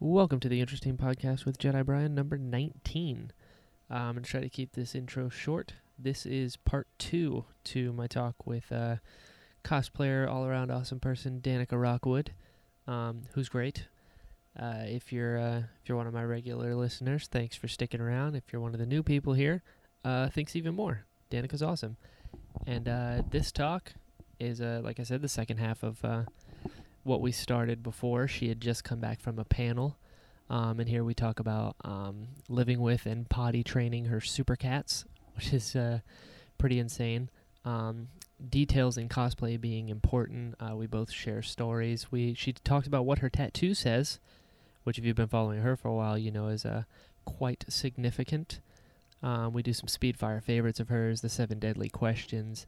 Welcome to the Interesting Podcast with Jedi Brian, number 19. Uh, I'm going to try to keep this intro short. This is part two to my talk with uh, cosplayer, all around awesome person, Danica Rockwood, um, who's great. Uh, if you're uh, if you're one of my regular listeners, thanks for sticking around. If you're one of the new people here, uh, thanks even more. Danica's awesome, and uh, this talk is uh, like I said, the second half of uh, what we started before. She had just come back from a panel, um, and here we talk about um, living with and potty training her super cats, which is uh, pretty insane. Um, details in cosplay being important. Uh, we both share stories. We she talked about what her tattoo says, which if you've been following her for a while, you know is uh, quite significant. Um, we do some speed fire favorites of hers, the seven deadly questions,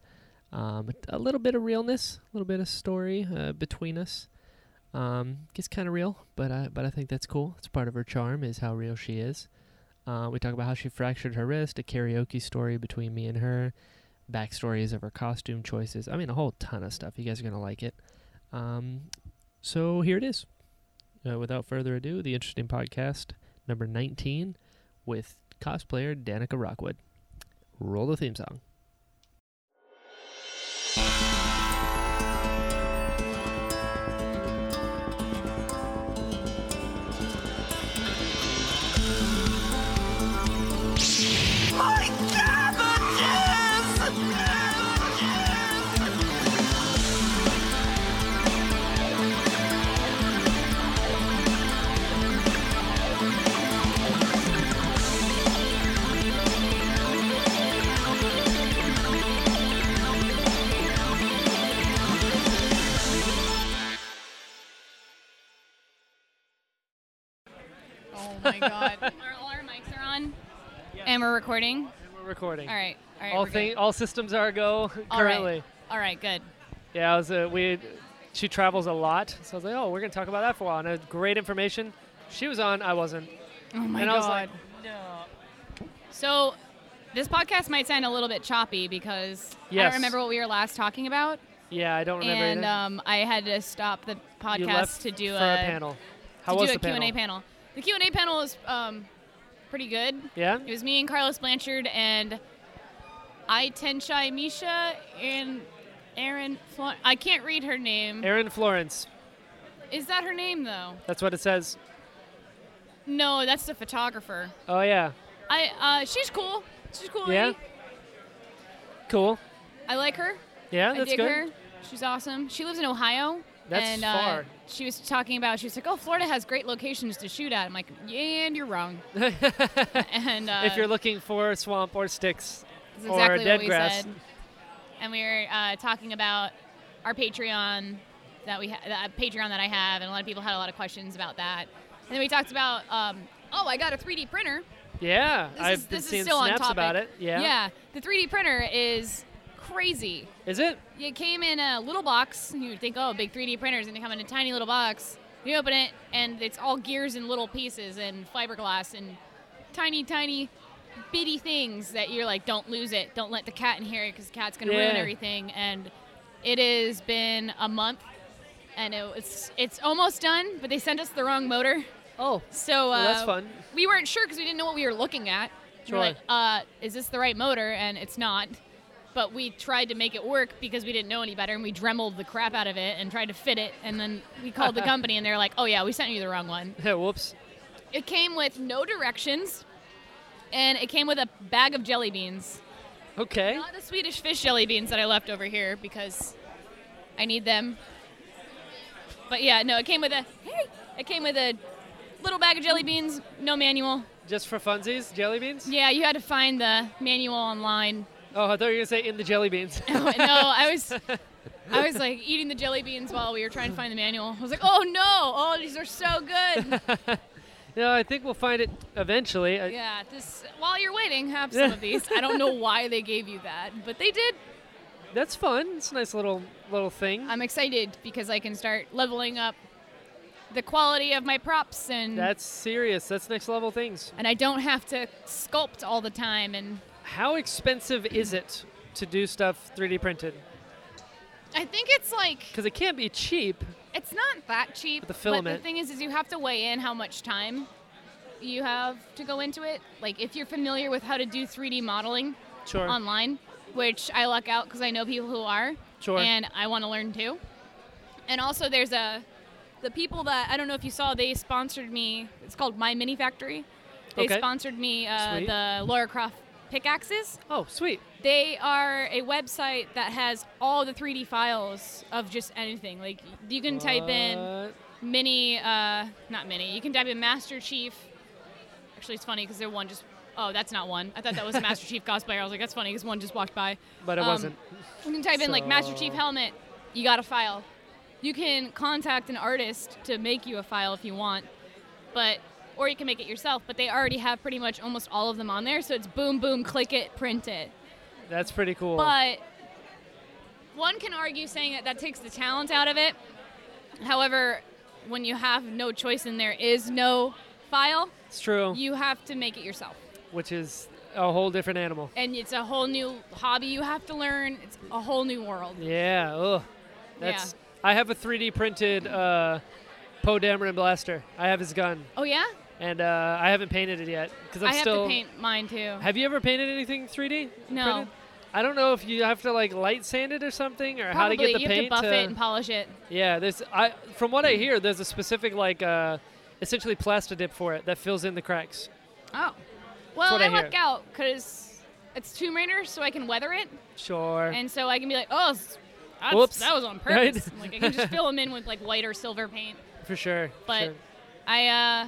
um, a little bit of realness, a little bit of story uh, between us. Um, gets kind of real, but I, but I think that's cool. It's part of her charm is how real she is. Uh, we talk about how she fractured her wrist, a karaoke story between me and her, backstories of her costume choices. I mean, a whole ton of stuff. You guys are gonna like it. Um, so here it is. Uh, without further ado, the interesting podcast number nineteen with cosplayer Danica Rockwood. Roll the theme song. Oh my god. Our, all our mics are on, and we're recording. We're recording. All right, all right. All we're good. thing, all systems are go All right. currently. All right, good. Yeah, I was uh, we. She travels a lot, so I was like, oh, we're gonna talk about that for a while. And uh, great information. She was on, I wasn't. Oh my and god. I was like, so, this podcast might sound a little bit choppy because I Yes. don't remember what we were last talking about, yeah, I don't remember. and either. um, I had to stop the podcast you left to do for a, panel. to How was do a the panel? Q&A panel. The Q&A panel was um, pretty good. Yeah. It was me and Carlos Blanchard and I Tenshai Misha and Aaron. Fla- I can't read her name. Erin Florence. Is that her name though? That's what it says. No, that's the photographer. Oh yeah. I uh, she's cool. She's a cool Yeah. lady. Cool. I like her. Yeah, I that's dig good. her. She's awesome. She lives in Ohio. That's and, uh, far. she was talking about. She was like, "Oh, Florida has great locations to shoot at." I'm like, "Yeah, and you're wrong." and uh, if you're looking for swamp or sticks that's or exactly dead what we grass, said. And we were uh, talking about our Patreon that we ha- that Patreon that I have, and a lot of people had a lot of questions about that. And then we talked about, um, "Oh, I got a 3D printer." yeah, This I've is, been this seeing is still on snaps topic. about it. Yeah. Yeah. The 3D printer is crazy. Is it? It came in a little box. and You would think, oh, big 3D printers, and they come in a tiny little box. You open it, and it's all gears and little pieces and fiberglass and tiny, tiny, bitty things that you're like, don't lose it. Don't let the cat in here because the cat's gonna ruin Yeah. everything. And it has been a month, and it was, it's almost done. But they sent us the wrong motor, Oh, so uh, Well, that's fun. We weren't sure because we didn't know what we were looking at. We Sure. were like, uh, is this the right motor? And it's not. But we tried to make it work because we didn't know any better, and we dremeled the crap out of it and tried to fit it. And then we called the company, and they're like, "Oh yeah, we sent you the wrong one." yeah. Whoops. It came with no directions, and it came with a bag of jelly beans. Okay. Not the Swedish fish jelly beans that I left over here because I need them. But yeah, no, it came with a hey, it came with a little bag of jelly beans, no manual. Just for funsies, jelly beans? Yeah, you had to find the manual online. Oh, I thought you were gonna say in the jelly beans. no, I was I was like eating the jelly beans while we were trying to find the manual. I was like, "Oh no, oh these are so good." no, I think we'll find it eventually. Uh, I- yeah, this while you're waiting, have some of these. I don't know why they gave you that, but they did. That's fun. It's a nice little little thing. I'm excited because I can start leveling up the quality of my props and That's serious. That's next level things. and I don't have to sculpt all the time and How expensive is it to do stuff 3D printed? I think it's like Because it can't be cheap. It's not that cheap. But the filament- But the thing is, is you have to weigh in how much time you have to go into it. Like if you're familiar with how to do 3D modeling Sure. online, which I luck out because I know people who are, Sure. and I want to learn too. And also, there's a the people that I don't know if you saw. They sponsored me. It's called My Mini Factory. They Okay. sponsored me uh, Sweet. the Laura Croft pickaxes. oh, sweet. They are a website that has all the 3D files of just anything. Like you can type in What? mini, uh, not mini. You can type in Master Chief. Actually, it's funny because they're one just. Oh, that's not one. I thought that was a Master Chief cosplayer. I was like, that's funny because one just walked by. But it Um, wasn't. You can type in like Master Chief So- helmet. You got a file. You can contact an artist to make you a file if you want, but or you can make it yourself. But they already have pretty much almost all of them on there. So it's boom, boom, click it, print it. That's pretty cool. But one can argue saying that that takes the talent out of it. However, when you have no choice and there is no file, it's true, you have to make it yourself. which is a whole different animal. And it's a whole new hobby you have to learn. It's a whole new world. Yeah. Ugh. That's. I have a 3D printed uh, Poe Dameron blaster. I have his gun, Oh yeah? and uh, I haven't painted it yet because I'm I have still. to paint mine too. Have you ever painted anything 3D? No. Printed? I don't know if you have to like light sand it or something, or Probably how to get the you have to paint buff it and polish it. Yeah, there's I from what I hear, there's a specific like uh, essentially plastidip for it that fills in the cracks. Oh. Well, what I I hear. luck out because it's Tomb Raider, so I can weather it, Sure. and so I can be like, oh, s- that's, Whoops. that was on Right? purpose. Like I can just fill them in with like white or silver paint. for sure. but sure. I uh,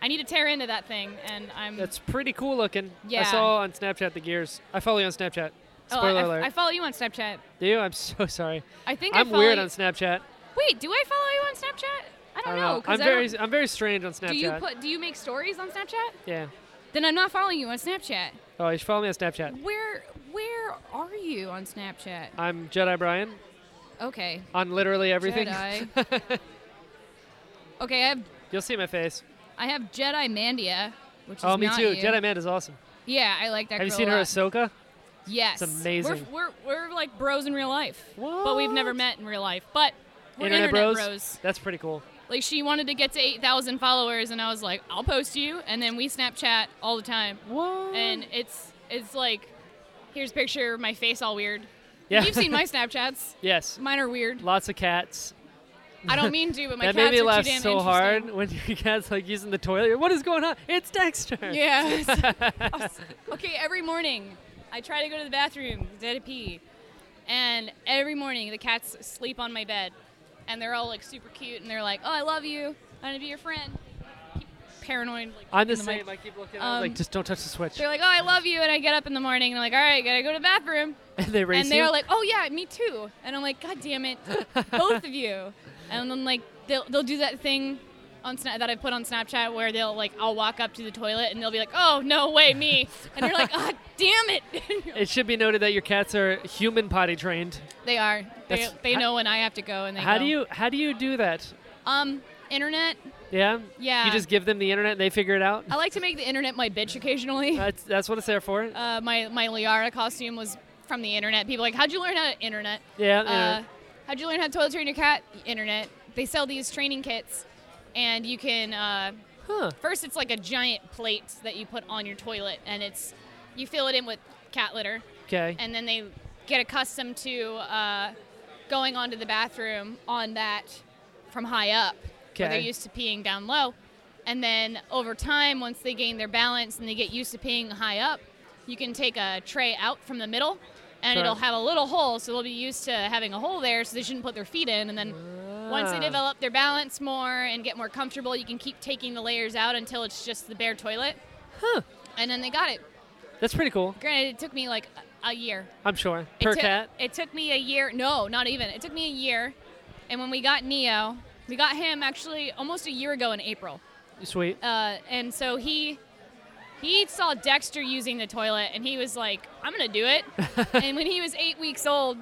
I need to tear into that thing, and I'm. that's pretty cool looking. I Yeah. saw on Snapchat the gears. I follow you on Snapchat. oh, I- Spoiler I, alert. I follow you on Snapchat. do you? I'm so sorry. I think I I'm follow weird you- on Snapchat. Wait, do I follow you on Snapchat? I don't, know. 'cause I'm I very don't- I'm very strange on Snapchat. Do you put? Do you make stories on Snapchat? yeah. Then I'm not following you on Snapchat. Oh, you should follow me on Snapchat. Where Where are you on Snapchat? I'm Jedi Brian Okay, on literally everything. Jedi. okay, I have You'll see my face. I have Jedi Mandia, which is oh, me not too. you. Jedi Man is awesome. Yeah, I like that. Have you girl seen a her lot. Ahsoka? Yes. It's amazing. We're, we're, we're like bros in real life. But we've never What? met in real life. But we're internet, bros. That's pretty cool. Like she wanted to get to 8,000 followers and I was like, "I'll post you." And then we Snapchat all the time. What? And it's it's like here's a picture of my face all weird. Yeah. You've seen my Snapchats. yes, Mine are weird. lots of cats. I don't mean to, but my that cats made me are laugh too damn so interesting. hard when your cat's like using the toilet. What is going on? It's Dexter. Yes. okay, every morning I try to go to the bathroom, dead to pee. And every morning the cats sleep on my bed. And they're all like super cute and they're like, oh, I love you. I'm going to be your friend. Keep paranoid. Like, I'm the in mic. same. I keep looking. at it, like Um, just don't touch the switch. They're like, oh, I love you. And I get up in the morning and I'm like, all right, gotta go to the bathroom. And they race and they're you? like, oh, yeah, me too. And I'm like, God damn it, both of you. And then, like, they'll, they'll do that thing on Sna- that I put on Snapchat where they'll, like, I'll walk up to the toilet and they'll be like, oh, no way, me. And they're like, God damn it. It should be noted that your cats are human potty trained. they are. They, That's- they know when I have to go and they How go. do you how do you do that? Um, internet. Yeah. Yeah. Uh, You just give them the internet and they figure it out. I like to make the internet my bitch occasionally. That's that's what it's there for. Uh, my, my Liara costume was from the internet. People are like, how'd you learn how to internet? yeah. Uh, internet. how'd you learn how to toilet train your cat? Internet. They sell these training kits, and you can. Uh, Huh. first, it's like a giant plate that you put on your toilet, and it's you fill it in with cat litter, Okay. and then they get accustomed to uh, going onto the bathroom on that from high up, where they're Okay. used to peeing down low, and then over time, once they gain their balance and they get used to peeing high up, you can take a tray out from the middle. And Sure. it'll have a little hole, so they'll be used to having a hole there, so they shouldn't put their feet in. And then once they Ah. develop their balance more and get more comfortable, you can keep taking the layers out until it's just the bare toilet. Huh. And then they got it. That's pretty cool. Granted, it took me like a- a year. I'm sure. It Per took- cat. It took me a year. No, not even. It took me a year. And when we got Neo, we got him actually almost a year ago in April. Sweet. Uh, and so he he saw Dexter using the toilet, and he was like, "I'm gonna do it." and when he was eight weeks old,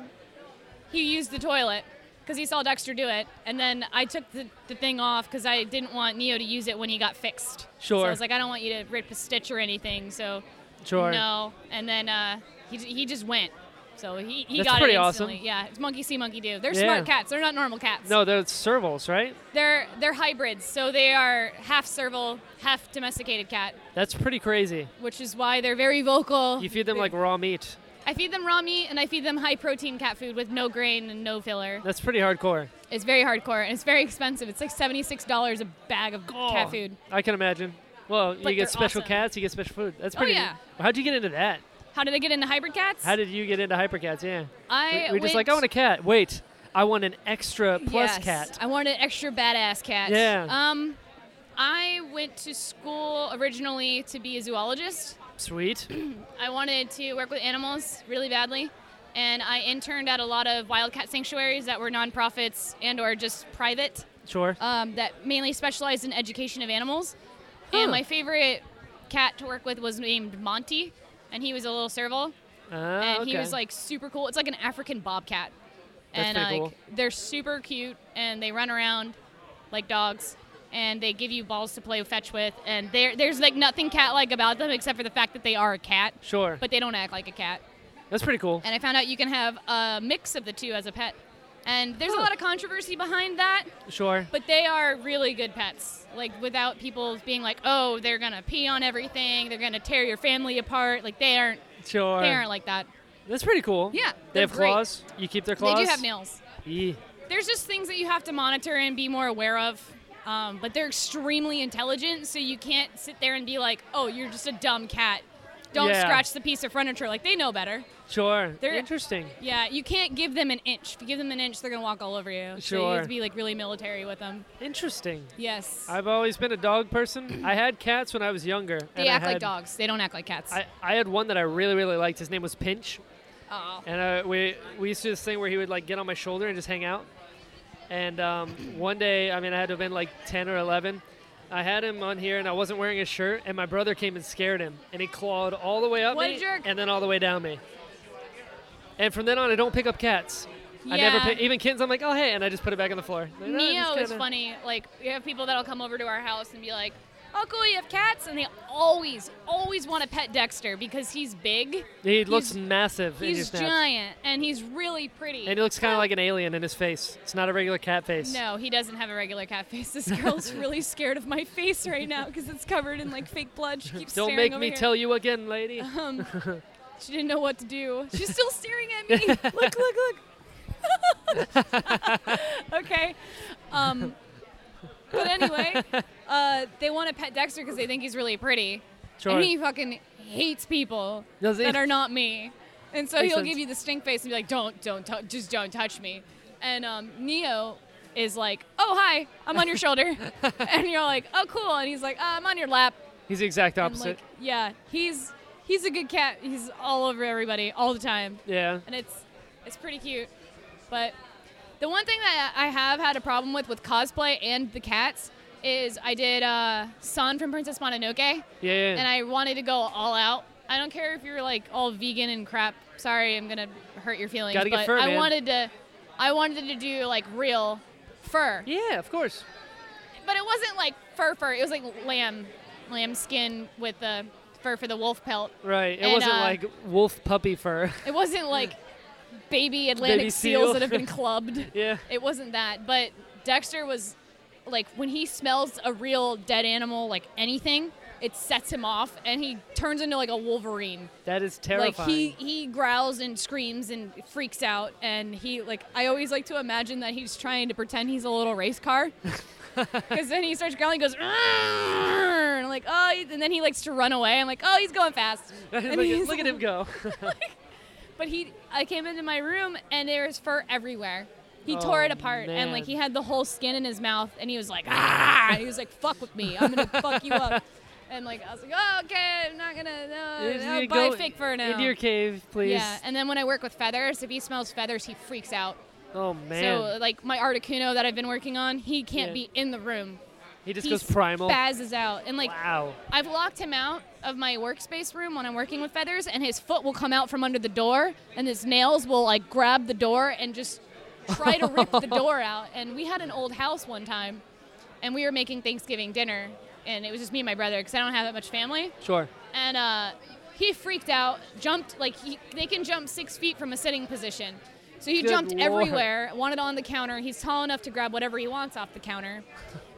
he used the toilet because he saw Dexter do it. And then I took the, the thing off because I didn't want Neo to use it when he got fixed. So Sure. I was like, I don't want you to rip a stitch or anything. So Sure. no. And then uh, he j- he just went. So he, he That's got pretty it awesome. instantly. Yeah, it's monkey see, monkey do. They're Yeah. smart cats. They're not normal cats. No, they're servals, right? They're they're hybrids, so they are half serval, half domesticated cat, That's pretty crazy. which is why they're very vocal. You feed them They- like raw meat. I feed them raw meat and I feed them high protein cat food with no grain and no filler. That's pretty hardcore. It's very hardcore and it's very expensive. It's like seventy six dollars a bag of cat food. I can imagine. Well, But you get they're special awesome. cats, you get special food. That's Oh, pretty. neat. yeah. How'd you get into that? How did I get into hybrid cats? How did you get into hypercats? Yeah. I We- We're went- just like, I want a cat. Wait, I want an extra plus Yes, cat. I wanted an extra badass cat. Yeah. Um, I went to school originally to be a zoologist. Sweet. I wanted to work with animals really badly, and I interned at a lot of wildcat sanctuaries that were nonprofits and/or just private Sure. um, that mainly specialized in education of animals. Huh. And my favorite cat to work with was named Monty, and he was a little serval, Ah, Uh, and he okay. was like super cool. It's like an African bobcat, That's and pretty like cool. they're super cute, and they run around like dogs. And they give you balls to play fetch with, and there- there's like nothing cat-like about them except for the fact that they are a cat Sure. but they don't act like a cat. That's pretty cool. And I found out you can have a mix of the two as a pet. And there's a Huh. lot of controversy behind that, Sure. but they are really good pets. Like without people being like, "Oh, they're going to pee on everything. They're going to tear your family apart." Like they aren't Sure. they aren't like that. That's pretty cool. Yeah, They they're have great. claws. You keep their claws. They do have nails. Yee. There's just things that you have to monitor and be more aware of. Um, but they're extremely intelligent, so you can't sit there and be like, "Oh, you're just a dumb cat. Don't Yeah. scratch the piece of furniture." Like they know better. Sure. They're- interesting. Yeah, you can't give them an inch. If you give them an inch, they're gonna walk all over you. So you Sure. have to be like really military with them. Interesting. Yes. I've always been a dog person. I had cats when I was younger. they and I act like had- dogs. They don't act like cats. I, I had one that I really really liked. His name was Pinch, Aw. and uh, we we used to do this thing where he would like get on my shoulder and just hang out. And um, one day, I mean, I had to have been like ten or eleven. I had him on here, and I wasn't wearing his shirt, and my brother came and scared him, and he clawed all the way up What a me, jerk. and then all the way down me. And from then on, I don't pick up cats. I never Yeah. pick even kittens. I'm like, oh hey, and I just put it back on the floor. Like, "Oh, I Neo just is kinda-" funny. Like we have people that'll come over to our house and be like, "Oh, cool, you have cats," and they always, always want to pet Dexter because he's big, He looks He's- massive. in he's his naps. giant, and he's really pretty. And he looks kind of like an alien in his face. It's not a regular cat face. No, he doesn't have a regular cat face. This girl's really scared of my face right now because it's covered in like fake blood. She keeps Don't staring make over me here. tell you again, lady. Um, she didn't know what to do. She's still staring at me. look, look, look. okay. Um, but anyway, uh, they want to pet Dexter because they think he's really pretty. Sure. And he fucking hates people Does he? that are not me. And so Makes he'll sense. give you the stink face and be like, don't, don't, tou- just don't touch me. And um, Neo is like, oh, hi, I'm on your shoulder. and you're like, oh, cool. And he's like, uh, I'm on your lap. He's the exact And, opposite. Like, yeah, he's he's a good cat. He's all over everybody all the time, yeah. and it's it's pretty cute. But the one thing that I have had a problem with with cosplay and the cats is I did uh, Son from Princess Mononoke, Yeah. yeah. and I wanted to go all out. I don't care if you're like all vegan and crap. Sorry, I'm gonna hurt your feelings. Gotta get but fur, I man. wanted to I wanted to do like real fur, yeah, of course. but it wasn't like fur fur. It was like lamb lamb skin with the fur for the wolf pelt. Right. It And, wasn't uh, like wolf puppy fur. It wasn't like baby Atlantic Baby seal. seals that have been clubbed. yeah. It wasn't that, but Dexter was like when he smells a real dead animal, like anything, it sets him off, and he turns into like a Wolverine. That is Like terrifying. he he growls and screams and freaks out, and he like I always like to imagine that he's trying to pretend he's a little race car, because then he starts growling, goes, "Arrgh," and I'm like oh, and then he likes to run away. I'm like oh, he's going fast. look, And at, he's- Uh, look at him go. but he, I came into my room and there was fur everywhere. He tore Oh, it apart and man. like he had the whole skin in his mouth and he was like, ah! He was like, fuck with me, I'm gonna fuck you up. And like I was like, oh, okay, I'm not gonna Just no, I'll you buy go a uh, fake fur now. Into your cave, please. yeah, and then when I work with feathers, if he smells feathers, he freaks out. oh man. So uh, like my Articuno that I've been working on, he can't Yeah. be in the room. he just he goes primal. spazzes out and like Wow. I've locked him out of my workspace room when I'm working with feathers, and his foot will come out from under the door, and his nails will like grab the door and just try to rip the door out. And we had an old house one time, and we were making Thanksgiving dinner, and it was just me and my brother because I don't have that much family. Sure. And uh, He freaked out, jumped like he, they can jump six feet from a sitting position. So he Good jumped lord. everywhere, wanted on the counter. He's tall enough to grab whatever he wants off the counter.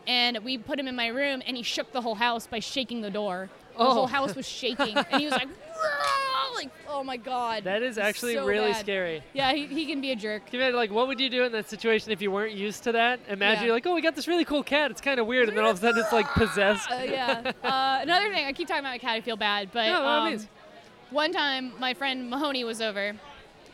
And we put him in my room, and he shook the whole house by shaking the door. The Oh. whole house was shaking, and he was like, "Rah!" like, oh my god. That is It's actually so really bad. scary. Yeah, he, he can be a jerk. Can you imagine, like, what would you do in that situation if you weren't used to that? Imagine Yeah. you're like, oh, we got this really cool cat. It's kind of weird, and then all of a sudden it's like possessed. Uh, yeah. Uh, another thing, I keep talking about my cat. I feel bad, but No, by all um, means. one time my friend Mahoney was over,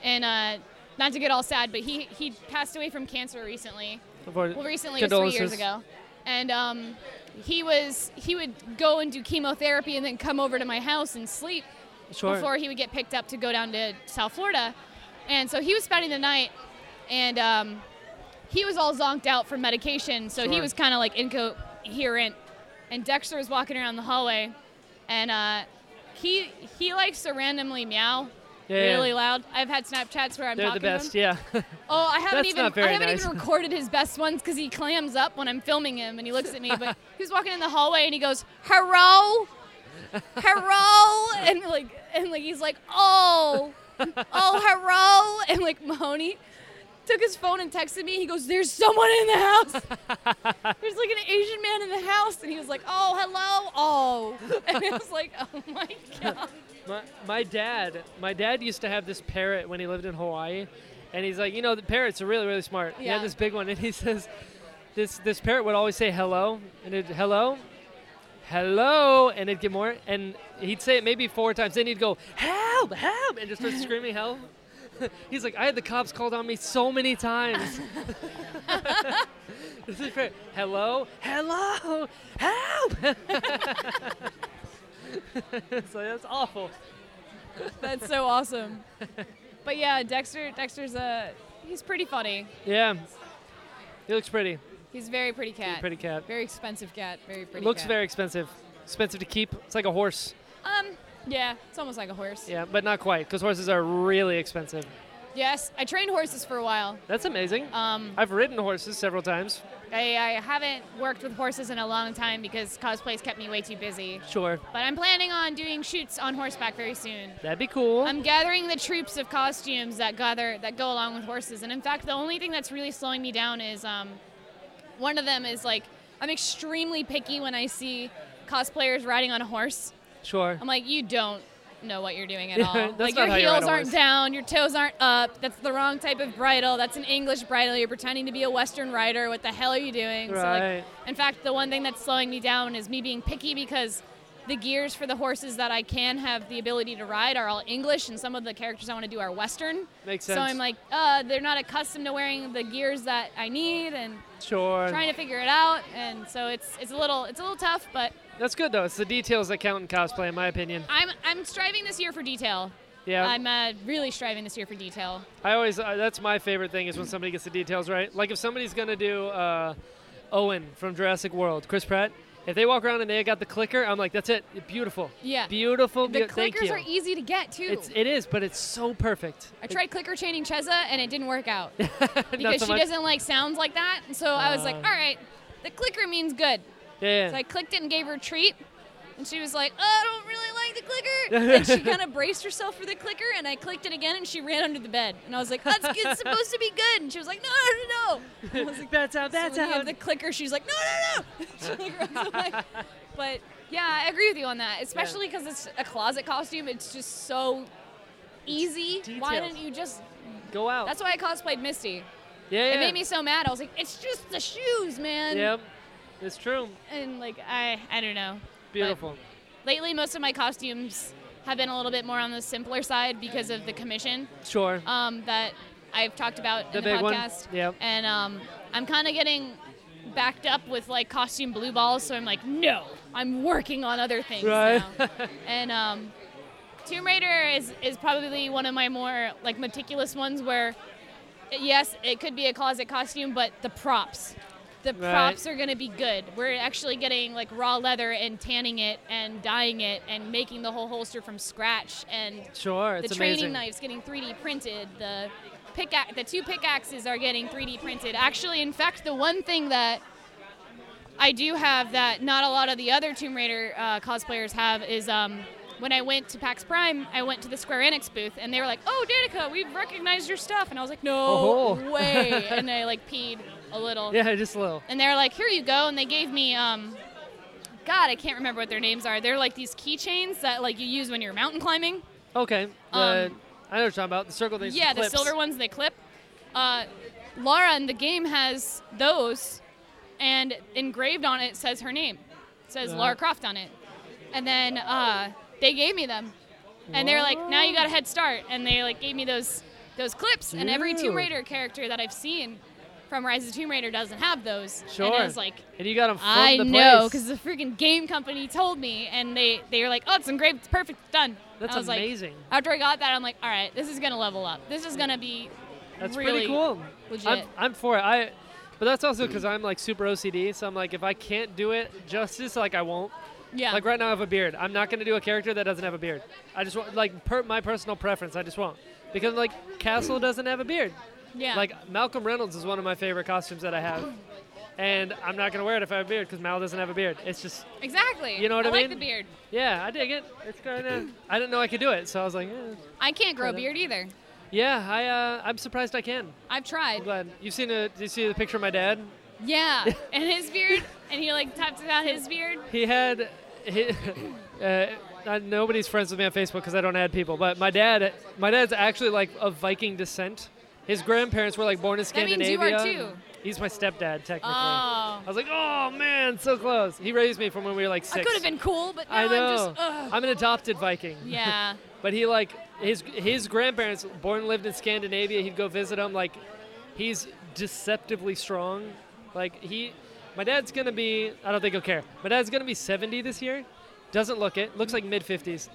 and uh, not to get all sad, but he he passed away from cancer recently. Well, recently, it was three years Condolences. ago, and um, he was he would go and do chemotherapy and then come over to my house and sleep Sure. before he would get picked up to go down to South Florida. And so he was spending the night, and um, he was all zonked out from medication, so he Sure. was kind of like incoherent. And Dexter was walking around the hallway, and uh, he he likes to randomly meow Yeah, yeah. really loud. I've had Snapchats where I'm They're the talking best, to him. yeah. Oh, I haven't That's even not very I haven't nice. even recorded his best ones because he clams up when I'm filming him and he looks at me. But he was walking in the hallway and he goes, "Hello, hello," and like and like he's like, "Oh, oh, hello," and like Mahoney took his phone and texted me. He goes, "There's someone in the house. There's like an Asian man in the house," and he was like, "Oh, hello, oh," and I was like, "Oh my god." My, my dad, my dad used to have this parrot when he lived in Hawaii, and he's like, you know, the parrots are really, really smart. He Yeah. had this big one, and he says, this this parrot would always say hello, and it hello, hello, and it'd get more, and he'd say it maybe four times, then he'd go help, help, and just start screaming help. he's like, I had the cops called on me so many times. this is parrot, hello, hello, help. so that's awful. That's so awesome. But yeah, Dexter Dexter's a he's pretty funny. Yeah. He looks pretty. He's a very pretty cat. Pretty cat. Very expensive cat. Very pretty. looks cat. very expensive. Expensive to keep. It's like a horse. Um. Yeah, it's almost like a horse. Yeah, but not quite, because horses are really expensive. Yes, I trained horses for a while. That's amazing. Um, I've ridden horses several times. I, I haven't worked with horses in a long time because cosplays kept me way too busy. Sure. But I'm planning on doing shoots on horseback very soon. That'd be cool. I'm gathering the troops of costumes that gather that go along with horses, and in fact, the only thing that's really slowing me down is um, one of them is like I'm extremely picky when I see cosplayers riding on a horse. sure. I'm like, you don't know what you're doing at all. That's like not your how you ride heels a aren't horse. down, your toes aren't up. That's the wrong type of bridle. That's an English bridle. You're pretending to be a Western rider. What the hell are you doing? So Right. like, in fact, the one thing that's slowing me down is me being picky because the gears for the horses that I can have the ability to ride are all English, and some of the characters I want to do are Western. Makes So sense. I'm like, uh, they're not accustomed to wearing the gears that I need, and sure. trying to figure it out. And so it's it's a little it's a little tough, but That's good though. It's the details that count in cosplay, in my opinion. I'm I'm striving this year for detail. Yeah. I'm uh, really striving this year for detail. I always. Uh, that's my favorite thing is when somebody gets the details right. Like if somebody's gonna do uh, Owen from Jurassic World, Chris Pratt. If they walk around and they got the clicker, I'm like, that's it. Beautiful. Yeah. Beautiful. The beau- thank clickers you. are easy to get too. It's it is, but it's so perfect. I tried clicker chaining Cheza and it didn't work out Not because so she much- doesn't like sounds like that. And so I was like, all Uh. right, the clicker means good. Yeah. So I clicked it and gave her a treat. And she was like, oh, I don't really like the clicker. and she kind of braced herself for the clicker. And I clicked it again and she ran under the bed. And I was like, that's it's supposed to be good. And she was like, no, no, no, no. that's out. That's so when you out. have the clicker, she's like, no, no, no. she like runs away. But yeah, I agree with you on that, especially because it's a closet costume. It's just so easy. Why details. didn't you just? Go out. That's why I cosplayed Misty. yeah, It made me so mad. I was like, it's just the shoes, man. Yep, it's true. And like I, I don't know. Beautiful. Lately, most of my costumes have been a little bit more on the simpler side because of the commission sure. um, that I've talked about The in the big one? podcast. Yep. And um, I'm kind of getting backed up with like costume blue balls, so I'm like, no, I'm working on other things Right. now. and um, Tomb Raider is is probably one of my more like meticulous ones where, yes, it could be a closet costume, but the props. The Right. props are going to be good. We're actually getting like raw leather and tanning it and dyeing it and making the whole holster from scratch and sure. It's the amazing. training knives getting 3D printed. The pickaxe, the two pickaxes are getting 3D printed. Actually, in fact, the one thing that I do have that not a lot of the other Tomb Raider uh, cosplayers have is um, when I went to PAX Prime, I went to the Square Enix booth, and they were like, "Oh, Danica, we've recognized your stuff," and I was like, "No Oh. way!" and I like peed a little. Yeah, just a little. And they're like, "Here you go," and they gave me um, God, I can't remember what their names are. They're like these keychains that like you use when you're mountain climbing. Okay. The, Um, I know what you're talking about. The circle things. Yeah, clips. the silver ones they clip. Uh, Laura in the game has those, and engraved on it says her name. It says Uh. Laura Croft on it. And then uh, they gave me them, and they're like, "Now you got a head start." And they like gave me those those clips. And every Dude. Tomb Raider character that I've seen from Rise of Tomb Raider doesn't have those. Sure. And I was like. And you got them from I the know, place. because the freaking game company told me, and they they were like, "Oh, it's engraved, it's perfect, it's done." That's I was like- amazing. after I got that, I'm like, all right, this is gonna level up. This is gonna be That's really pretty cool. legit. I'm, I'm for it. I, but that's also because I'm like super OCD. So I'm like, if I can't do it justice, like I won't. yeah, Like right now, I have a beard. I'm not gonna do a character that doesn't have a beard. I just want like per my personal preference. I just won't because like Castle doesn't have a beard. yeah, Like Malcolm Reynolds is one of my favorite costumes that I have, and I'm not gonna wear it if I have a beard because Mal doesn't have a beard. It's just exactly. you know what I Like mean? the beard. yeah, I dig it. It's kind of I didn't know I could do it, so I was like, eh. I can't grow a Kinda. beard either. yeah, I uh, I'm surprised I can. I've I'm tried. glad you've seen a. Did you see the picture of my dad? Yeah, and his beard, and he like talked about his beard. He had. He, uh, uh, nobody's friends with me on Facebook because I don't add people. But my dad, my dad's actually like of Viking descent. His grandparents were like born in That means Scandinavia. you are too. He's my stepdad technically. Oh, I was like, oh man, so close. He raised me from when we were like six. I could have been cool, but now I know. am just. Ugh. I'm an adopted Viking. yeah, But he like his his grandparents born and lived in Scandinavia. He'd go visit them. Like he's deceptively strong. Like he, my dad's gonna be. I don't think he'll care. My dad's gonna be 70 this year. Doesn't look it. Looks like mid 50s.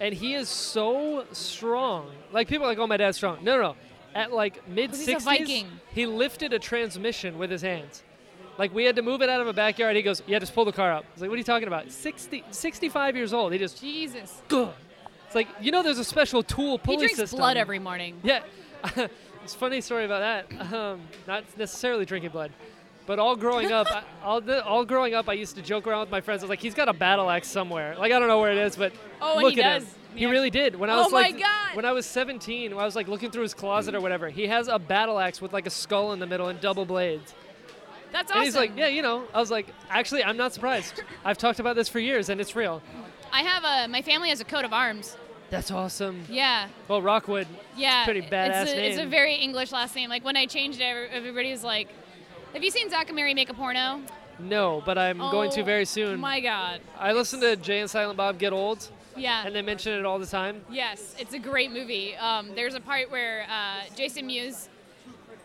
And he is so strong. Like people are like, oh, my dad's strong. No, no. no. At like mid 60s, he's a Viking. he lifted a transmission with his hands. Like we had to move it out of a backyard. He goes, yeah, just pull the car up. I was like, what are you talking about? 60, 65 years old. He just Jesus. good. It's like you know, there's a special tool He pulley drinks system. blood every morning. Yeah, it's a funny story about that. Um, not necessarily drinking blood, but all growing up, I, all the, all growing up, I used to joke around with my friends. I was like, he's got a battle axe somewhere. Like I don't know where it is, but Oh, and look he at does. him. He Yeah. really did. When I Oh was my like, God. when I was 17, when I was like looking through his closet or whatever, he has a battle axe with like a skull in the middle and double blades. That's awesome. And he's like, yeah, you know. I was like, actually, I'm not surprised. I've talked about this for years, and it's real. I have a. My family has a coat of arms. That's awesome. Yeah. Well, Rockwood, Yeah, pretty badass it's a, It's a name. very English last name. Like when I changed it, every- everybody was like, "Have you seen Zach and Mary make a porno?" No, but I'm going to Oh, very soon. My God. I listen to Jay and Silent Bob Get Old, Yeah. and they mention it all the time. yes, it's a great movie. Um, there's a part where uh, Jason Mewes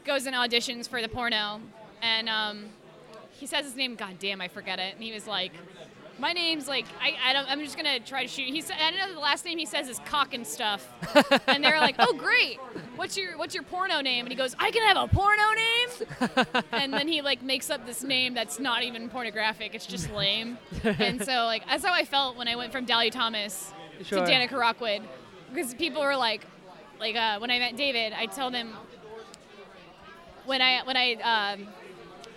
goes and auditions for the porno, and um, he says his name. God damn, I forget it. And he was like, "My name's like I, I don't, I'm just gonna try to shoot." He said, "I know the last name he says is cock and stuff," and they're like, "Oh great, what's your what's your porno name?" And he goes, "I can have a porno name," and then he like makes up this name that's not even pornographic. It's just lame. and so like that's how I felt when I went from Dahlia Thomas Sure. to Danica Rockwood because people were like, like uh, when I met David, I tell them when I when I um,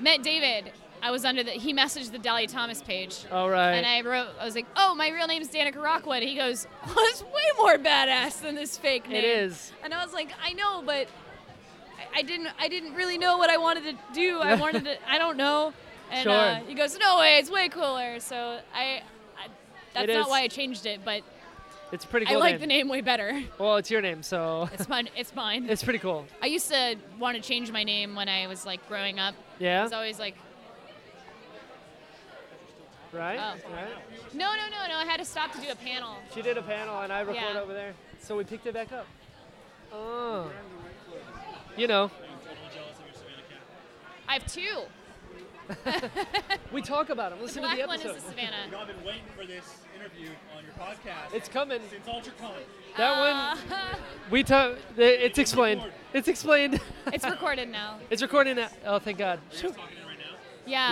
met David, I was under the he messaged the Dahlia Thomas page. All right. And I wrote, I was like, "Oh, my real name's Danica Rockwood." And he goes, "Well, it's way more badass than this fake name." is. And I was like, "I know, but I- I didn't. I didn't really know what I wanted to do. I wanted to. I don't know." And Sure. uh, he goes, "No way, it's way cooler." So I, I that's It not is. why I changed it, but it's pretty I cool. like the name way better. Well, it's your name, so It's fun. It's mine. it's pretty cool. I used to want to change my name when I was like growing up. I Yeah. was always like, right. Oh. Right. no, no, no, no. I had to stop to do a panel. She did a panel, and I record Yeah. over there, so we picked it back up. Oh. You know, I have two. we talk about him. The Listen to the black one episode. is the Savannah. Y'all been waiting for this interview on your podcast it's coming. since UltraCon. That one Uh, we talk. It's explained. It's explained. it's recorded now. it's recording now. Oh, thank God. Yeah.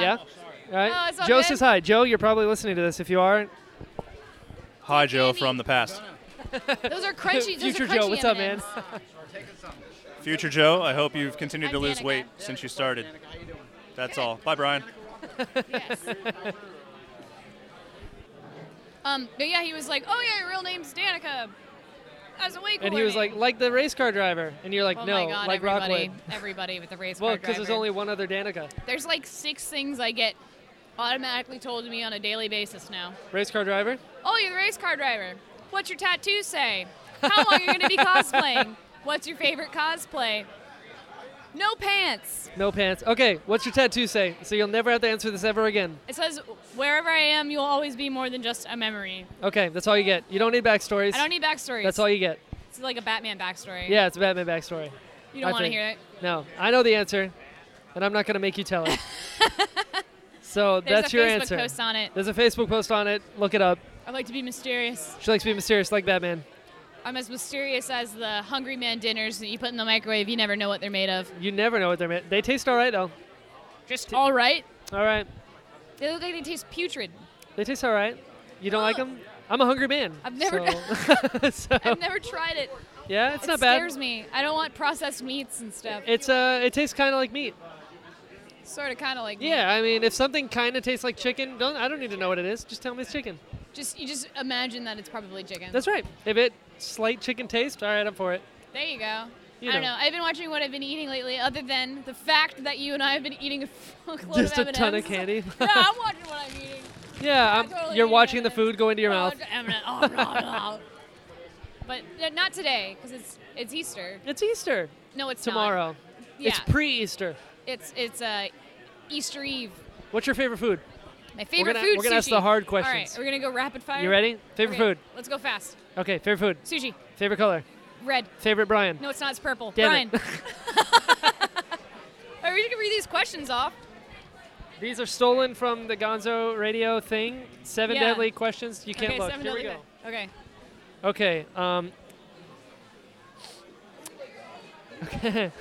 Yeah. All right. No, Oh, it's all Joe good. says hi. Joe, you're probably listening to this. If you are, Hi, Joe from the past. Those are crunchy. Those future are crunchy Joe, what's up, man? M&Ms. Future Joe, I hope you've continued I'm to lose Danica. weight since you started. That's Good. all. Bye, Brian. Yes. Um, but yeah, he was like, "Oh yeah, your real name's Danica." I was awake. And he was like, like the race car driver. And you're like, "Oh no, my god, like everybody, Rockwood. everybody with the race Well, car because there's driver. only one other Danica. There's like six things I get automatically told to me on a daily basis now. Race car driver? Oh, you're the race car driver. What's your tattoo say? How long are you going to be cosplaying? What's your favorite cosplay? No pants. No pants. Okay, what's your tattoo say? So you'll never have to answer this ever again. It says, wherever I am, you'll always be more than just a memory. Okay, that's all you get. You don't need backstories. I don't need backstories. That's all you get. It's like a Batman backstory. Yeah, it's a Batman backstory. You don't I want to think. hear it. No, I know the answer, and I'm not going to make you tell it. so There's that's a your Facebook answer. post on it. There's a Facebook post on it. Look it up. I like to be mysterious. She likes to be mysterious like Batman. I'm as mysterious as the Hungry Man dinners that you put in the microwave. You never know what they're made of. You never know what they're made. They taste all right though. Just all right. All right, They look like they taste putrid. they taste all right. You don't like them? I'm a hungry man. I've never- So, so- I've never tried it. yeah, it's it not bad. scares me. I don't want processed meats and stuff. It's uh, it tastes kind of like meat. sort of, kind of like Yeah, I mean, if something kind of tastes like chicken, don't I don't need to know what it is. Just tell me it's chicken. Just you just imagine that it's probably chicken. That's right. If it slight chicken taste, all right, I'm for it. there you go. You I don't know. know. I've been watching what I've been eating lately, other than the fact that you and I have been eating a fuckload Just a of M&Ms. ton of candy. no, I'm watching what I'm eating. Yeah, I I'm, totally you're eat watching the M&Ms. food go into your Oh, mouth. M&M. Oh, blah, blah. But uh, not today, because it's it's Easter. It's Easter No, it's not. tomorrow. Yeah, It's pre-Easter. it's it's uh, Easter Eve. What's your favorite food? My favorite gonna- food. we're gonna ask sushi. the hard All right, questions. we're gonna go rapid fire. You ready? Favorite Okay, food. Let's go fast. Okay, favorite food. Sushi. Favorite color. Red. Favorite Brian. No, it's not. It's purple. Damn Brian. I wish you could read these questions off. These are stolen from the Gonzo radio thing. Seven Yeah. deadly questions. You can't okay, look. seven Here we go. deadly fa- Okay. Okay. Um, okay.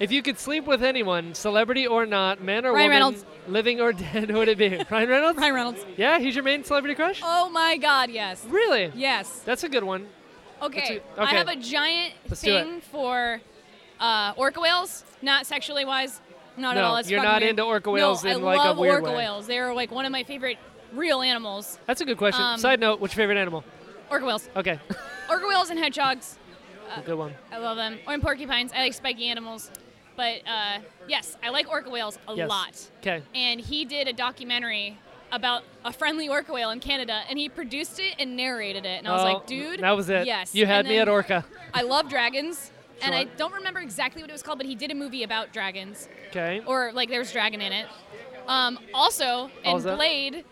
if you could sleep with anyone, celebrity or not, man or Ryan woman, Reynolds. living or dead, who would it be? Ryan Reynolds. Ryan Reynolds. Yeah, he's your main celebrity crush. Oh my God! Yes. Really? Yes. That's a good one. Okay. a- okay. I have a giant Let's do it. thing for uh, orca whales. Not sexually wise. Not at No, all. That's you're fucking not weird. into orca whales no, in, I like, a love weird orca way. whales. They are like one of my favorite real animals. That's a good question. Um, Side note: What's your favorite animal? Orca whales. Okay, Orca whales and hedgehogs. Uh, a good one. I love them. Or in porcupines. I like spiky animals. But uh, yes, I like orca whales a Yes. lot. Okay. and he did a documentary about a friendly orca whale in Canada, and he produced it and narrated it. And I was like, dude, Oh, that was it. Yes, you had And me then at Orca. I love dragons, and I Sure. don't remember exactly what it was called, but he did a movie about dragons, Okay, or like there was dragon in it. Um, also, in Also, Blade,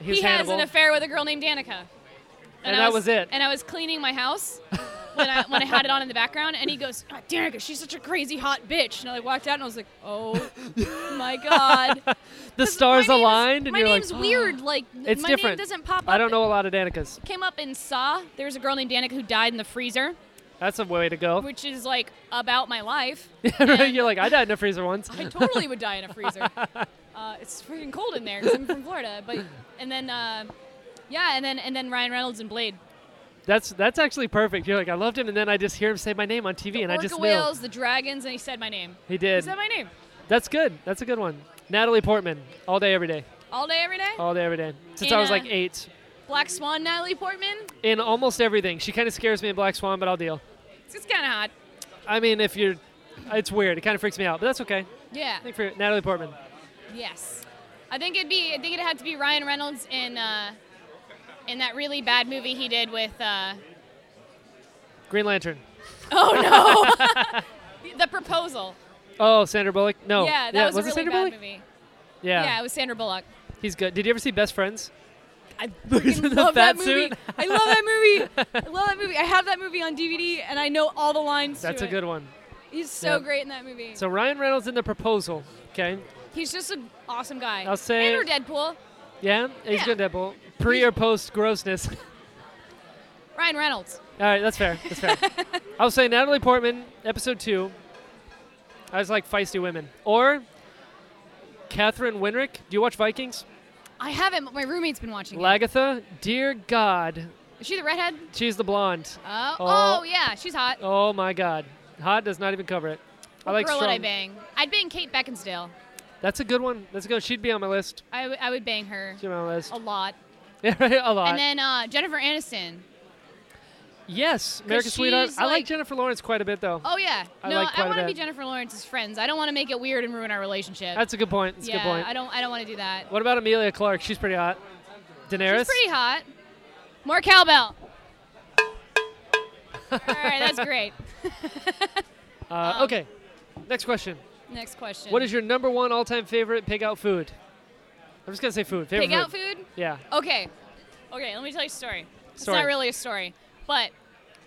he's he Hannibal. has an affair with a girl named Danica. And I that was it. And I was cleaning my house when I, when I had it on in the background, and he goes, oh, Danica, she's such a crazy hot bitch. And I like walked out, and I was like, oh my god. the 'Cause stars my name's- aligned, and my you're like, name's weird. Like It's my different. name doesn't pop up. I don't know a lot of Danicas. It Came up in Saw. There was a girl named Danica who died in the freezer, That's a way to go. which is like about my life. And you're like, I died in a freezer once. I totally would die in a freezer. Uh, it's freaking cold in there 'cause I'm from Florida. But and then uh, yeah, and then and then Ryan Reynolds and Blade. That's that's actually perfect. You're like, I loved him, and then I just hear him say my name on TV, and I Orca just knew whales, the dragons, and he said my name. he He did. said my name That's good. That's a good one. Natalie Portman, all day, every day, all day, every day. all day, every day. Since I In was a- like eight, Black Swan, Natalie Portman. in almost everything. She kind of scares me in Black Swan, but I'll deal. It's, it's kind of hot. I mean, if you're, it's weird. It kind of freaks me out, but that's okay. Yeah. I think for Natalie Portman. Yes, I think it'd be. I think it had to be Ryan Reynolds in uh, in that really bad movie he did with. Uh, Green Lantern. oh no, the proposal. Oh, Sandra Bullock. No. yeah, that was, a it really Sandra bad Bullock? movie. Yeah. it was Sandra Bullock. He's good. Did you ever see Best Friends? I in freaking the love that fat movie. suit. I love that movie. I love that movie. I have that movie on DVD, and I know all the lines. to That's a it. good one. He's so Yeah. great in that movie. So Ryan Reynolds in The Proposal. Okay. He's just an awesome guy. I'll say- And or Deadpool, Yeah, he's Yeah. good at Deadpool. Pre or post grossness. Ryan Reynolds. All right, that's fair. That's fair. I would say Natalie Portman, episode two. I just like feisty women. Or Catherine Winrick. Do you watch Vikings? I haven't. but My roommate's been watching. it. Lagatha. Dear God, Is she the redhead? she's the blonde. Oh, Oh. oh, yeah, she's hot. Oh my God, hot does not even cover it. I like girl would I strong. bang? I'd bang Kate Beckinsdale. That's a good one. That's a good. She'd be on my list. I, w- I would bang her She'd be on my list. a lot. Yeah, right, a lot. Oh. And then uh, Jennifer Aniston. yes, America's Sweetheart. she's I like like- Jennifer Lawrence quite a bit though. Oh yeah. I no, like quite I a want to be bit. Jennifer Lawrence's friends. I don't want to make it weird and ruin our relationship. That's a good point. That's yeah, a good point. I don't. I don't want to do that. What about Amelia Clark? She's pretty hot. Daenerys. She's pretty hot. More cowbell. All right, that's great. uh, um, okay. Next question. Next question. What is your number one all-time favorite pig-out food? I'm just gonna say food. Favorite pig out food? Yeah. Okay. Okay, let me tell you a story. It's Story. not really a story, but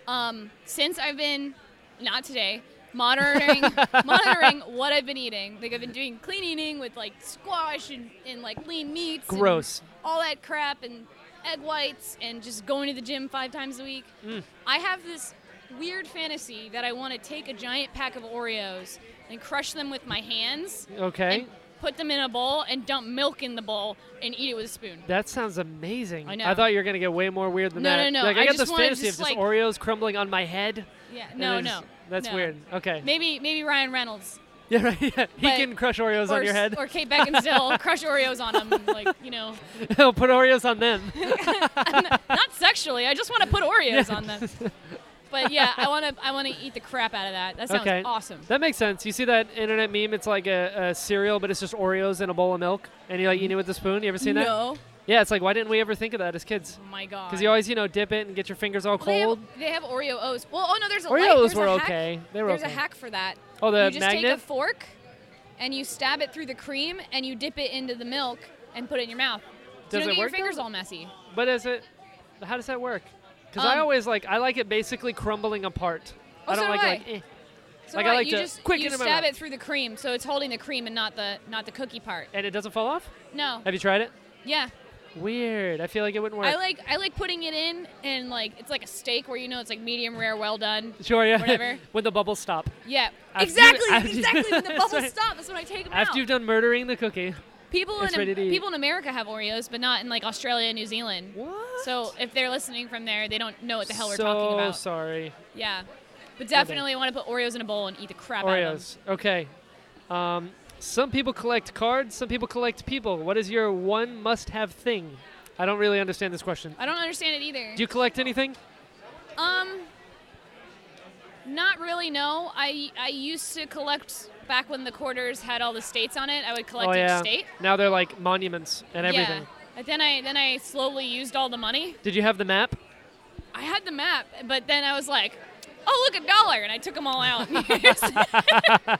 um, since I've been, not today, monitoring monitoring what I've been eating, like I've been doing clean eating with like squash and, and like lean meats, and Gross. all that crap, and egg whites, and just going to the gym five times a week. Mm. I have this weird fantasy that I want to take a giant pack of Oreos and crush them with my hands, Okay. and put them in a bowl, and dump milk in the bowl, and eat it with a spoon. that sounds amazing. I know. I thought you were gonna get way more weird than No, that. no, no. Like I, I got just this wanna fantasy just, of just like- Oreos crumbling on my head. Yeah, and no, it's- no. That's no. weird. Okay. Maybe maybe Ryan Reynolds Yeah, right. Yeah. He But- can crush Oreos or, on your s- head. or Kate Beckinsale crush Oreos on him, and, like you know, He'll put Oreos on them. not sexually. I just want to put Oreos on them. But yeah, I want to I want to eat the crap out of that. That sounds okay. awesome. That makes sense. You see that internet meme? It's like a, a cereal, but it's just Oreos in a bowl of milk, and you like eat it with a spoon. You ever seen that? Mm-hmm. no, Yeah, it's like why didn't we ever think of that as kids? oh my god. Because you always, you know, dip it and get your fingers all Well, they have- cold. They have, Oreo O's. Well, oh no, there's a light- Oreos there's a were hack. okay. They were there's okay. a hack for that. Oh, the you just take magnet? a fork and you stab it through the cream and you dip it into the milk and put it in your mouth. so you Does don't it get your work, though? fingers all messy. But is it? How does that work? Because I Um, always like I like it basically crumbling apart. Oh, I don't so like do like. I. Eh. So Like, what, I like you to- just quick you into my stab mouth. it through the cream, so it's holding the cream and not the not the cookie part. And it doesn't fall off. No. Have you tried it? Yeah. Weird. I feel like it wouldn't work. I like I like putting it in and like it's like a steak where you know it's like medium rare, well done. sure. Yeah. whatever. when the bubbles stop. Yeah. After you- exactly. after you- exactly. When the that's bubbles right. stop, that's when I take them After out. you've done murdering the cookie. people in it's ready to eat. people in America have Oreos, but not in like Australia and New Zealand. What? So if they're listening from there, they don't know what the hell we're so talking about. sorry. Yeah. But definitely want to put Oreos in a bowl and eat the crap out of them. Oreos. Okay. Um, some people collect cards. Some people collect people. What is your one must-have thing? I don't really understand this question. I don't understand it either. Do you collect anything? Um, not really. No, I I used to collect back when the quarters had all the states on it. I would collect oh yeah. each state. Now they're like monuments and everything. Yeah. But then I then I slowly used all the money. Did you have the map? I had the map, but then I was like, oh look a dollar, and I took them all out.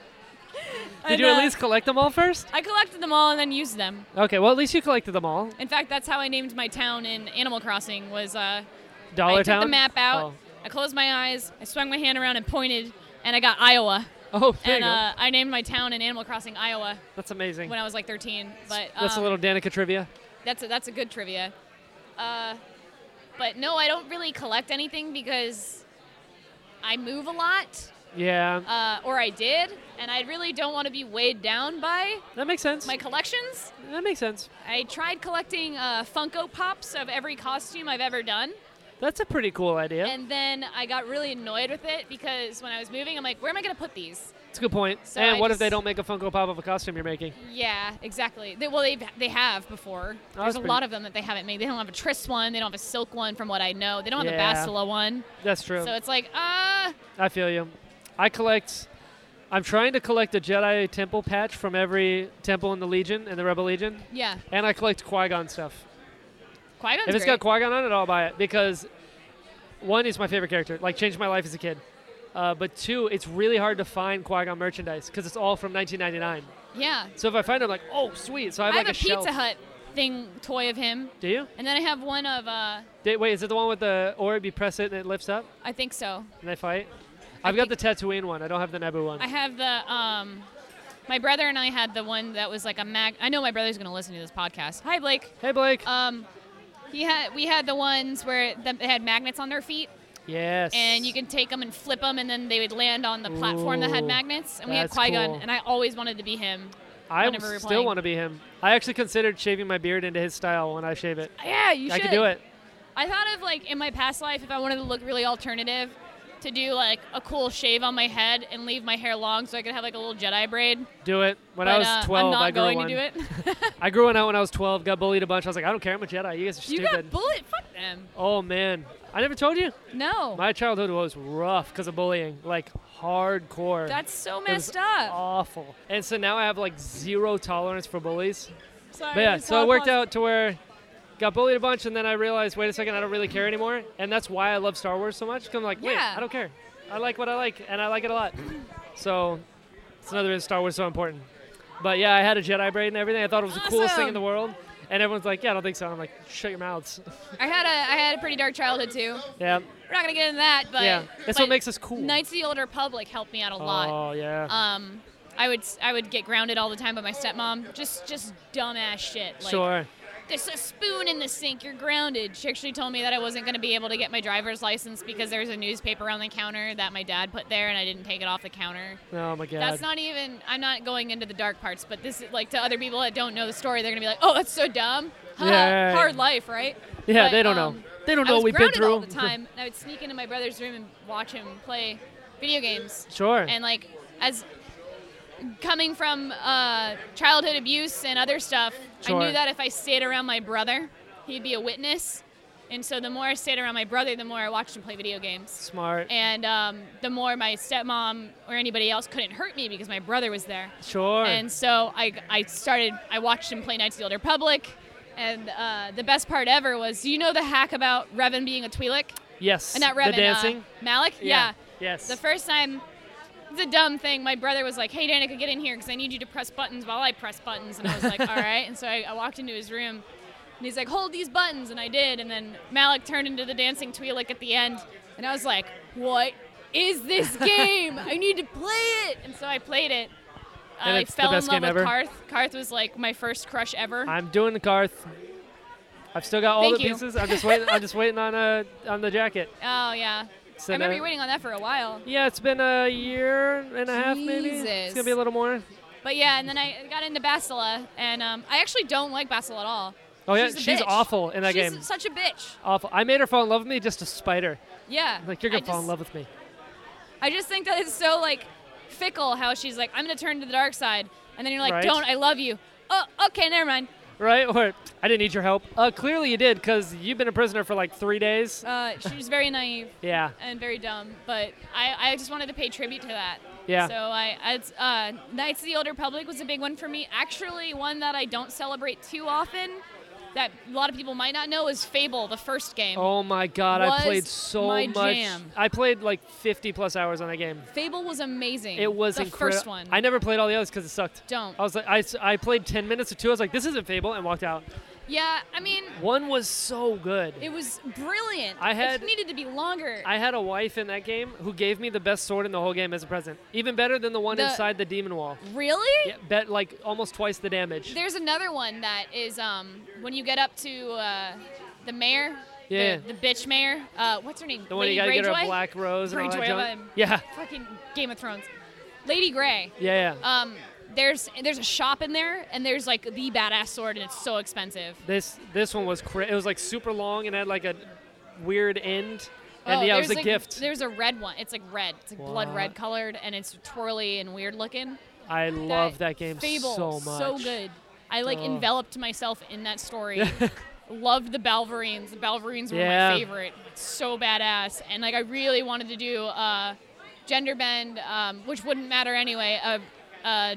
Did Did you at least collect them all first? I collected them all and then used them. Okay, well at least you collected them all. In fact, that's how I named my town in Animal Crossing. Was uh, I Dollar took Town. the map out. Oh, I closed my eyes. I swung my hand around and pointed, and I got Iowa. Oh, there and you go. uh, I named my town in Animal Crossing, Iowa, that's amazing. when I was like 13. But um, that's a little Danica trivia. That's a, that's a good trivia. Uh, but no, I don't really collect anything because I move a lot, Yeah, uh, or I did, and I really don't want to be weighed down by that makes sense. my collections. that makes sense. I tried collecting uh, Funko Pops of every costume I've ever done. That's a pretty cool idea. And then I got really annoyed with it because when I was moving, I'm like, where am I going to put these? That's a good point. So and I what if they just- Mm-hmm. don't make a Funko Pop of a costume you're making? Yeah, exactly. They, well, they they have before. Oh, There's that's a pretty- lot of them that they haven't made. They don't have a Triss one. They don't have a Silk one, from what I know. They don't have Yeah. a Bastila one. That's true. So it's like, uh, I feel you. I collect. I'm trying to collect a Jedi temple patch from every temple in the Legion and the Rebel Legion, yeah. and I collect Qui Gon stuff. Qui Gon's if it's great. got Qui Gon on it, I'll buy it because one, he's my favorite character. Like changed my life as a kid. Uh, but two, it's really hard to find Qui Gon merchandise because it's all from 1999. yeah. So if I find it, I'm like, oh, sweet. So I I have have like a, shelf. Pizza Hut thing toy of him, Do you? and then I have one of uh, Did, wait, is it the one with the orb? You press it and it lifts up I think so. and they fight. I've got the think- Tatooine one. I don't have the Naboo one. I have the um, my brother and I had the one that was like a mag. I know my brother's gonna listen to this podcast. Hi, Blake. hey, Blake. Um, he had we had the ones where the, they had magnets on their feet, yes. uh, and you can take them and flip them, and then they would land on the platform that had Ooh, magnets. And we had that's Qui Gon, cool. and I always wanted to be him. I whenever w- we're still playing. want to be him. I actually considered shaving my beard into his style when I shave it. Yeah, you I should could do it. I thought of like in my past life if I wanted to look really alternative, to do like a cool shave on my head and leave my hair long so I could have like a little Jedi braid. Do it. When but I was uh, 12, I'm not I grew going one. to do it. I grew one out when I was 12. Got bullied a bunch. I was like, I don't care. I'm a Jedi. You guys are you stupid. got bullet. Fuck them. oh man, I never told you. No, My childhood was rough because of bullying, like hardcore. that's so It was messed up. Awful. And so now I have like zero tolerance for bullies. Sorry, But yeah, just so it pause, worked pause. out to where got bullied a bunch, and then I realized, wait a second, I don't really care anymore, and that's why I love Star Wars so much. 'cause I'm like, wait, Yeah. I don't care. I like what I like, and I like it a lot. So it's another reason Star Wars is so important. But yeah, I had a Jedi braid and everything. I thought it was the coolest thing in Awesome. the world. And everyone's like, yeah, I don't think so. And I'm like, shut your mouths. I had a I had a pretty dark childhood too. yeah, We're not gonna get into that, but yeah. That's but what makes us cool. Knights of the Old Republic helped me out a lot. Oh yeah. Um, I would I would get grounded all the time by my stepmom. Just just dumbass shit. Like, sure. There's a spoon in the sink. You're grounded. She actually told me that I wasn't going to be able to get my driver's license because there was a newspaper on the counter that my dad put there, and I didn't take it off the counter. Oh my god. That's not even. I'm not going into the dark parts, but this is like to other people that don't know the story, they're gonna be like, "Oh, that's so dumb." Huh, Yeah, yeah, yeah. hard life, right? yeah, But, they don't um, know. They don't I know was what we've been grounded through. all the time, and I would sneak into my brother's room and watch him play video games. Sure. And like, as coming from uh, childhood abuse and other stuff, I Sure. knew that if I stayed around my brother, he'd be a witness. And so the more I stayed around my brother, the more I watched him play video games Smart. and um, the more my stepmom or anybody else couldn't hurt me because my brother was there. sure. And so I, I started, I watched him play Knights of the Old Republic. And uh, the best part ever was, do you know the hack about Revan being a Twi'lek? yes. And not Revan, the dancing. Uh, Malik? Yes. The first time, it's a dumb thing. My brother was like, "Hey, Danica, get in here because I need you to press buttons while I press buttons." And I was like, "All right." And so I, I walked into his room, and he's like, "Hold these buttons," and I did. And then Malik turned into the dancing Twi'lek at the end, and I was like, "What is this game? I need to play it." And so I played it. And I it's the fell best in game love with ever. Karth. Karth was like my first crush ever. I'm doing the Garth. I've still got all Thank the you. pieces. I'm just waiting. I'm just waiting on uh, on the jacket. oh yeah. So I remember now- you waiting on that for a while. Yeah, it's been a year and a half maybe. It's Jesus. gonna be a little more. But yeah, and then I got into Basila, and um, I actually don't like Basila at all. Oh yeah, a she's bitch. awful in that she's game. such a bitch. Awful. I made her fall in love with me just to spite her. Yeah. Like you're gonna I fall just, in love with me. I just think that it's so like fickle how she's like, I'm gonna turn to the dark side, and then you're like, Right. Don't, I love you. Oh, okay, never mind. Right? Or I didn't need your help. Uh, clearly you did, cause you've been a prisoner for like three days. Uh, she's very naive yeah. and very dumb, but I, I just wanted to pay tribute to that. Yeah. So I, I it's, uh, Knights of the Old Republic was a big one for me. Actually, one that I don't celebrate too often, that a lot of people might not know, is Fable, the first game. Oh my God! I Was played so my much. jam. I played like 50 plus hours on that game. Fable was amazing. It was the incredible. first one. I never played all the others because it sucked. Don't. I was like, I, s- I played 10 minutes or two. I was like, this isn't Fable, and walked out. yeah, I mean, One was so good. it was brilliant. I had- it needed to be longer. I had a wife in that game who gave me the best sword in the whole game as a present. Even better than the one The- inside the demon wall. really? Yeah, bet like almost twice the damage. There's another one that is um when you get up to uh, the mayor. the- Yeah. The, bitch mayor. Uh, what's her name? the one Lady you gotta get her Greyjoy? a black rose and all that Greyjoy, junk. um, Yeah, Fucking Game of Thrones. Lady Grey. yeah, yeah. Um, there's there's a shop in there and there's like the badass sword and it's so expensive. this this one was cra- it was like super long and had like a weird end. Oh, And yeah, it was there's a like- gift. There's a red one. It's like red. It's like blood What? red colored and it's twirly and weird looking. I love that game Fable, so much. So good. I like Oh. enveloped myself in that story. Loved the Balverines. The Balverines were Yeah. my favorite. So badass. And like I really wanted to do uh, gender bend, um, which wouldn't matter anyway. Uh, uh,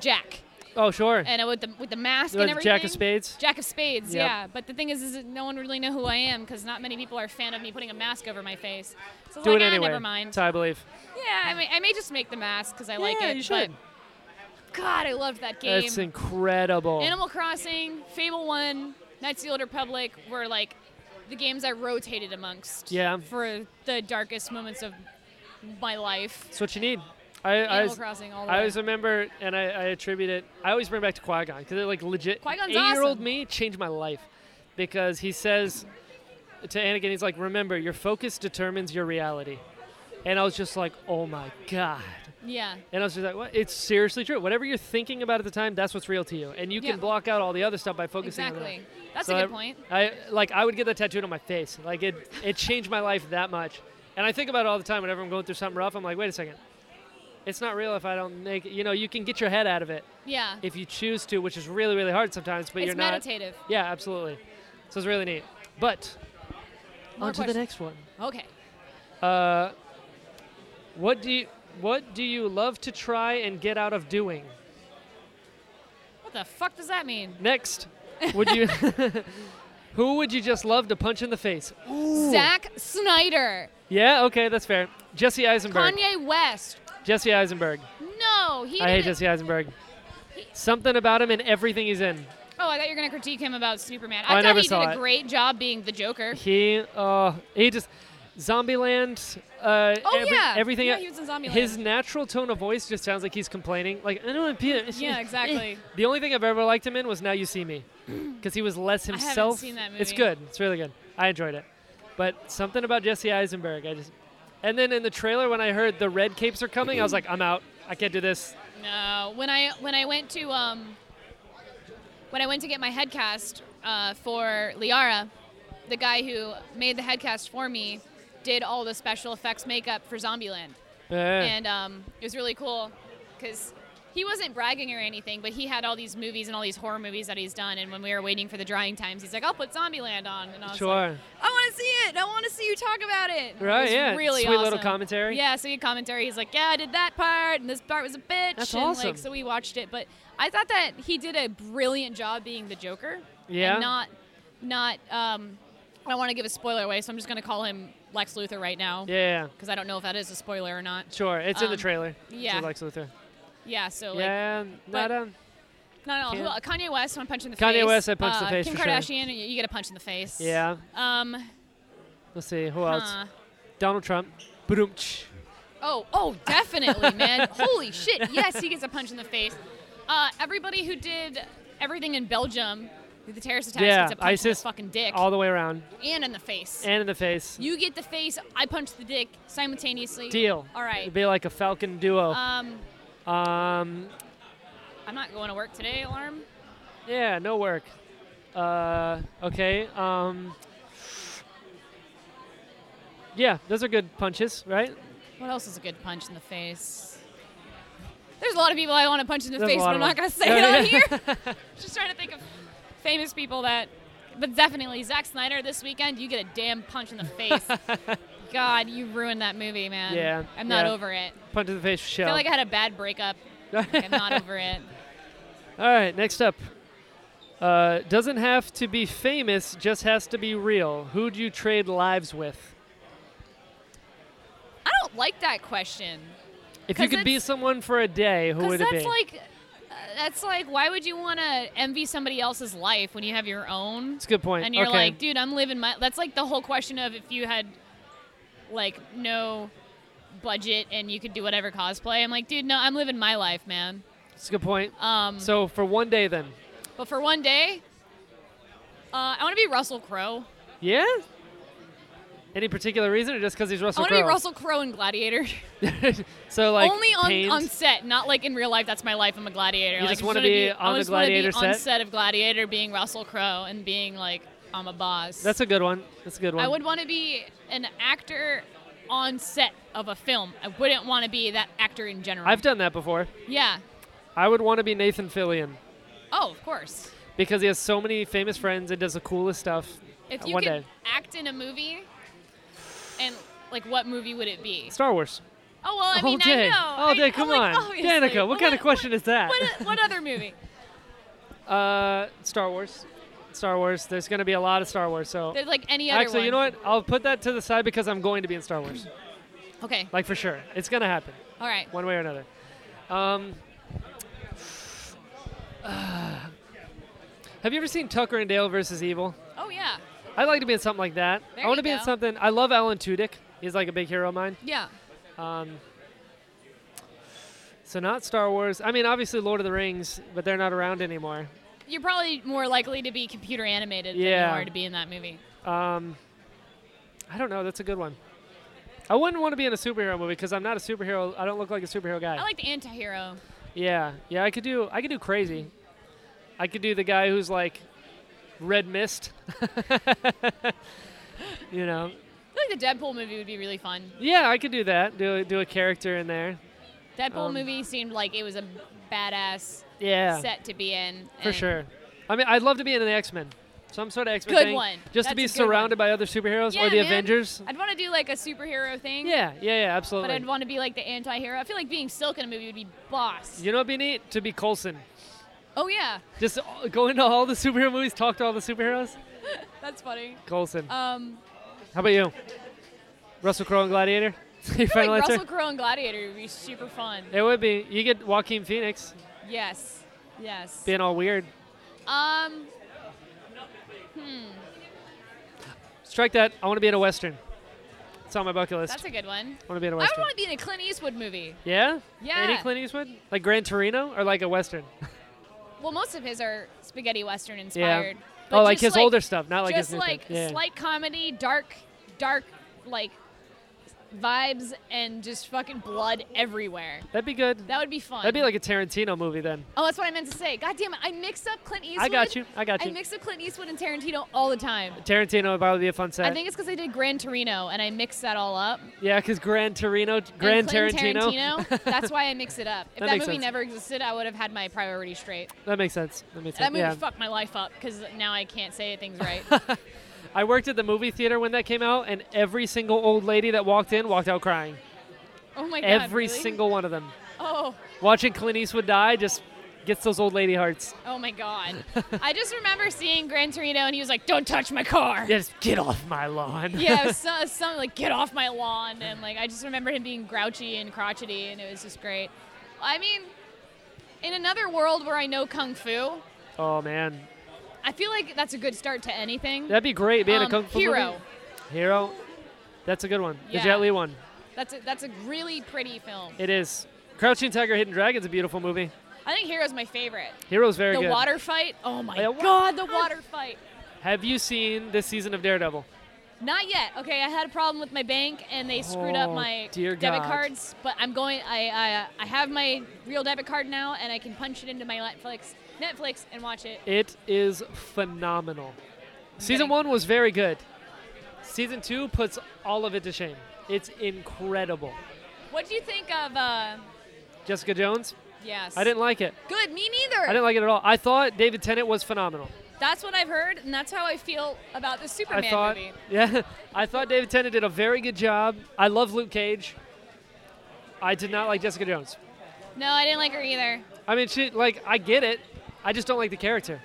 Jack Oh sure. and uh, with the with the mask Like and everything. Jack of Spades. Jack of Spades, Yep. yeah. But the thing is, is that no one really know who I am because not many people are a fan of me putting a mask over my face. So it's Do like, it ah, anyway. never mind. So I believe. Yeah, I may, I may just make the mask because I like yeah, it. you should. But God, I loved that game. That's incredible. Animal Crossing, Fable One, Knights of the Old Republic were like the games I rotated amongst. Yeah. For the darkest moments of my life. That's what you need. I I, Animal was- Crossing all the I way. always remember, and I, I attribute it. I always bring back to Qui Gon because it like legit. Qui-Gon's eight-year-old awesome. me changed my life because he says to Anakin, he's like, "Remember, your focus determines your reality." And I was just like, "Oh my god." yeah. And I was just like, what? It's seriously true. Whatever you're thinking about at the time, that's what's real to you. And you Yeah. can block out all the other stuff by focusing on that. Exactly. That's So a I- good point. I like I would get that tattooed on my face. Like it it changed my life that much. And I think about it all the time whenever I'm going through something rough. I'm like, wait a second. It's not real if I don't make it. You know, you can get your head out of it Yeah. if you choose to, which is really, really hard sometimes, but it's you're not. meditative. Yeah, absolutely. So it's really neat. But More on to the questions. next one. Okay. Uh, what do you what do you love to try and get out of doing? What the fuck does that mean? Next, would you who would you just love to punch in the face? Zack Snyder, Yeah, okay, that's fair. Jesse Eisenberg. Kanye West. Jesse Eisenberg. No, he. I hate didn't- Jesse Eisenberg. Something about him in everything he's in. Oh, I thought you were gonna critique him about Superman. Oh, I I, thought never he did saw a it. great job being the Joker. He uh he just Zombieland uh Oh every- yeah, everything Yeah, he was in Zombieland. his natural tone of voice just sounds like he's complaining. Like I don't want to be. Yeah, exactly. The only thing I've ever liked him in was Now You See Me, because he was less haven't himself. seen that It's movie. good. It's really good. I enjoyed it, but something about Jesse Eisenberg, I just. And then in the trailer, when I heard the red capes are coming, I was like, I'm out. I can't do this. No, when I when I went to um, when I went to get my head cast uh, for Liara, the guy who made the head cast for me did all the special effects makeup for Zombieland, Eh. and um, it was really cool because he wasn't bragging or anything, but he had all these movies and all these horror movies that he's done. And when we were waiting for the drying times, he's like, "I'll put Zombieland on," and I was like, sure. I want to see it. I want to see you talk about it. It Right, was yeah. Really Sweet little awesome. commentary. Yeah. So he had commentary. He's like, yeah, I did that part, and this part was a bitch. That's and awesome. Like, so we watched it, but I thought that he did a brilliant job being the Joker. Yeah. And not, not. Um, I don't want to give a spoiler away, so I'm just going to call him Lex Luthor right now. yeah, yeah, Because I don't know if that is a spoiler or not. sure. It's in the Um, trailer. yeah. To Lex Luthor. Yeah. So like, yeah, but- not um, no, no. Who, Can- else? Kanye West, one punch in the Kanye face. West, I punch in the Uh, face Kim for sure. Kardashian, you you get a punch in the face. Yeah. Um. Let's see who else. huh. Donald Trump. Boom. Oh, oh, definitely, man. Holy shit. Yes, he gets a punch in the face. Uh, everybody who did everything in Belgium, the terrorist attacks, Yeah, gets a punch in ISIS, the fucking dick all the way around and in the face. and in the face. you get the face, I punch the dick simultaneously. Deal. All right. It'd be like a Falcon duo. Um, um, I'm not going to work today, alarm. yeah, no work. Uh, okay. Um, yeah, those are good punches, right? What else is a good punch in the face? There's a lot of people I want to punch in the There's a face, lot but I'm not of them. going to say it Yeah, on yeah. here. Just trying to think of famous people that. But definitely, Zack Snyder this weekend, you get a damn punch in the face. God, you ruined that movie, man. Yeah, I'm not yeah. over it. Punch in the face, I shell. feel like I had a bad breakup. Like, I'm not over it. All right, next up. Uh, doesn't have to be famous, just has to be real. Who do you trade lives with? I don't like that question. If you 'Cause could be it's- someone for a day, who Because would it be? that's like. uh, That's like, why would you want to envy somebody else's life when you have your own? That's a good point. And you're okay. like, dude, I'm living my. That's like the whole question of if you had, like, no budget and you could do whatever cosplay. I'm like, dude, no, I'm living my life, man. That's a good point. Um, So for one day, then. but for one day, uh, I want to be Russell Crowe. Yeah. Any particular reason, or just because he's I Russell want Crowe? to be Russell Crowe in Gladiator. so like Only on, paint? on set, not like in real life. That's my life. I'm a gladiator. You like, just I wanna wanna be on I the just wanna be gladiator on set? set of Gladiator, being Russell Crowe and being like, I'm a boss. That's a good one. That's a good one. I would want to be an actor on set of a film. I wouldn't want to be that actor in general. I've done that before. yeah. I would want to be Nathan Fillion Oh, of course. because he has so many famous friends and does the coolest stuff. If uh, you one could day, act in a movie, and like, what movie would it be? Star Wars. Oh well, I All mean, day. I know. All I- day. I'm Come like, on, obviously. Danica. What Well, kind of question is that? What, what other movie? uh, Star Wars. Star Wars. There's going to be a lot of Star Wars. So There's like any other actually, one. you know what? I'll put that to the side because I'm going to be in Star Wars. Okay. like for sure, it's going to happen. All right. one way or another. Um, have you ever seen Tucker and Dale versus Evil? Oh yeah. I'd like to be in something like that. There I want you to be in go. something. I love Alan Tudyk. He's like a big hero of mine. Yeah. Um, so not Star Wars. I mean, obviously Lord of the Rings, but they're not around anymore. You're probably more likely to be computer animated Yeah. than you are to be in that movie. Um, I don't know. That's a good one. I wouldn't want to be in a superhero movie because I'm not a superhero. I don't look like a superhero guy. I like the anti-hero. Yeah, yeah, I could do I could do crazy. I could do the guy who's like red mist. you know, I feel like think the Deadpool movie would be really fun. Yeah, I could do that. Do do a character in there. Deadpool Um, movie seemed like it was a badass Yeah, set to be in. for and- sure. I mean, I'd love to be in an X Men, some sort of X Men Good thing, one. That's just to a be good surrounded by other superheroes Yeah, or the man. Avengers. I'd want to do like a superhero thing. Yeah, yeah, yeah, absolutely. But I'd want to be like the anti-hero. I feel like being Silk in a movie would be boss. you know, what'd be neat to be Coulson. Oh yeah, Just all- go into all the superhero movies, talk to all the superheroes. that's funny. Coulson. Um, How about you? Russell Crowe and Gladiator. Your I feel final like answer. Russell Crowe and Gladiator would be super fun. It would be. You get Joaquin Phoenix Yes, yes. being all weird. Um, Strike that. I want to be in a western. It's on my bucket list. that's a good one. I want to be in a I western. would want to be in a Clint Eastwood movie. yeah. Any Yeah. Clint Eastwood? Like Gran Torino or like a western? Well, most of his are spaghetti western inspired. But oh, like just his older stuff, not like just his new like stuff. Yeah. slight comedy, dark, dark like vibes, and just fucking blood everywhere. That'd be good. That would be fun. That'd be like a Tarantino movie then. Oh, that's what I meant to say. God damn it! I mixed up Clint Eastwood. I got you. I got I you. mix up Clint Eastwood and Tarantino all the time. Tarantino would probably be a fun set. I think it's because I did Gran Torino and I mixed that all up. yeah, because Gran Torino, Gran And Clint Tarantino. Tarantino, that's why I mix it up. If That that, makes movie sense. never existed, I would have had my priorities straight. That makes sense. That makes sense. That movie yeah. fucked my life up because now I can't say things right. I worked at the movie theater when that came out, and every single old lady that walked in walked out crying. oh my god! every really? single one of them. Oh, Watching Clint Eastwood die just gets those old lady hearts. oh my god! I just remember seeing Gran Torino and he was like, "Don't touch my car." Yeah, just get off my lawn. yeah, it was so, something like get off my lawn, and like I just remember him being grouchy and crotchety, and it was just great. I mean, in another world where I know kung fu, oh man, I feel like that's a good start to anything. that'd be great being a Um, kung fu hero. movie. Hero. That's a good one. The Yeah. Jet Li one. That's a, that's a really pretty film. It is. Crouching Tiger, Hidden Dragon's a beautiful movie. I think Hero's my favorite. Hero's very the good. water fight. Oh my Yeah, what? god, the water fight. Have you seen this season of Daredevil? Not yet. Okay, I had a problem with my bank and they screwed up Oh, my dear debit God. cards. But I'm going. I, I I have my real debit card now and I can punch it into my Netflix Netflix and watch it. It is phenomenal. Season getting- one was very good. Season two puts all of it to shame. It's incredible. What do you think of? Uh, Jessica Jones, yes. I didn't like it. Good. Me I neither. didn't like it at all. I thought David Tennant was phenomenal. That's what I've heard, and that's how I feel about the Superman I thought, movie. yeah, I thought David Tennant did a very good job. I love Luke Cage. I did not like Jessica Jones. No, I didn't like her either. I mean, she like I get it. I just don't like the character.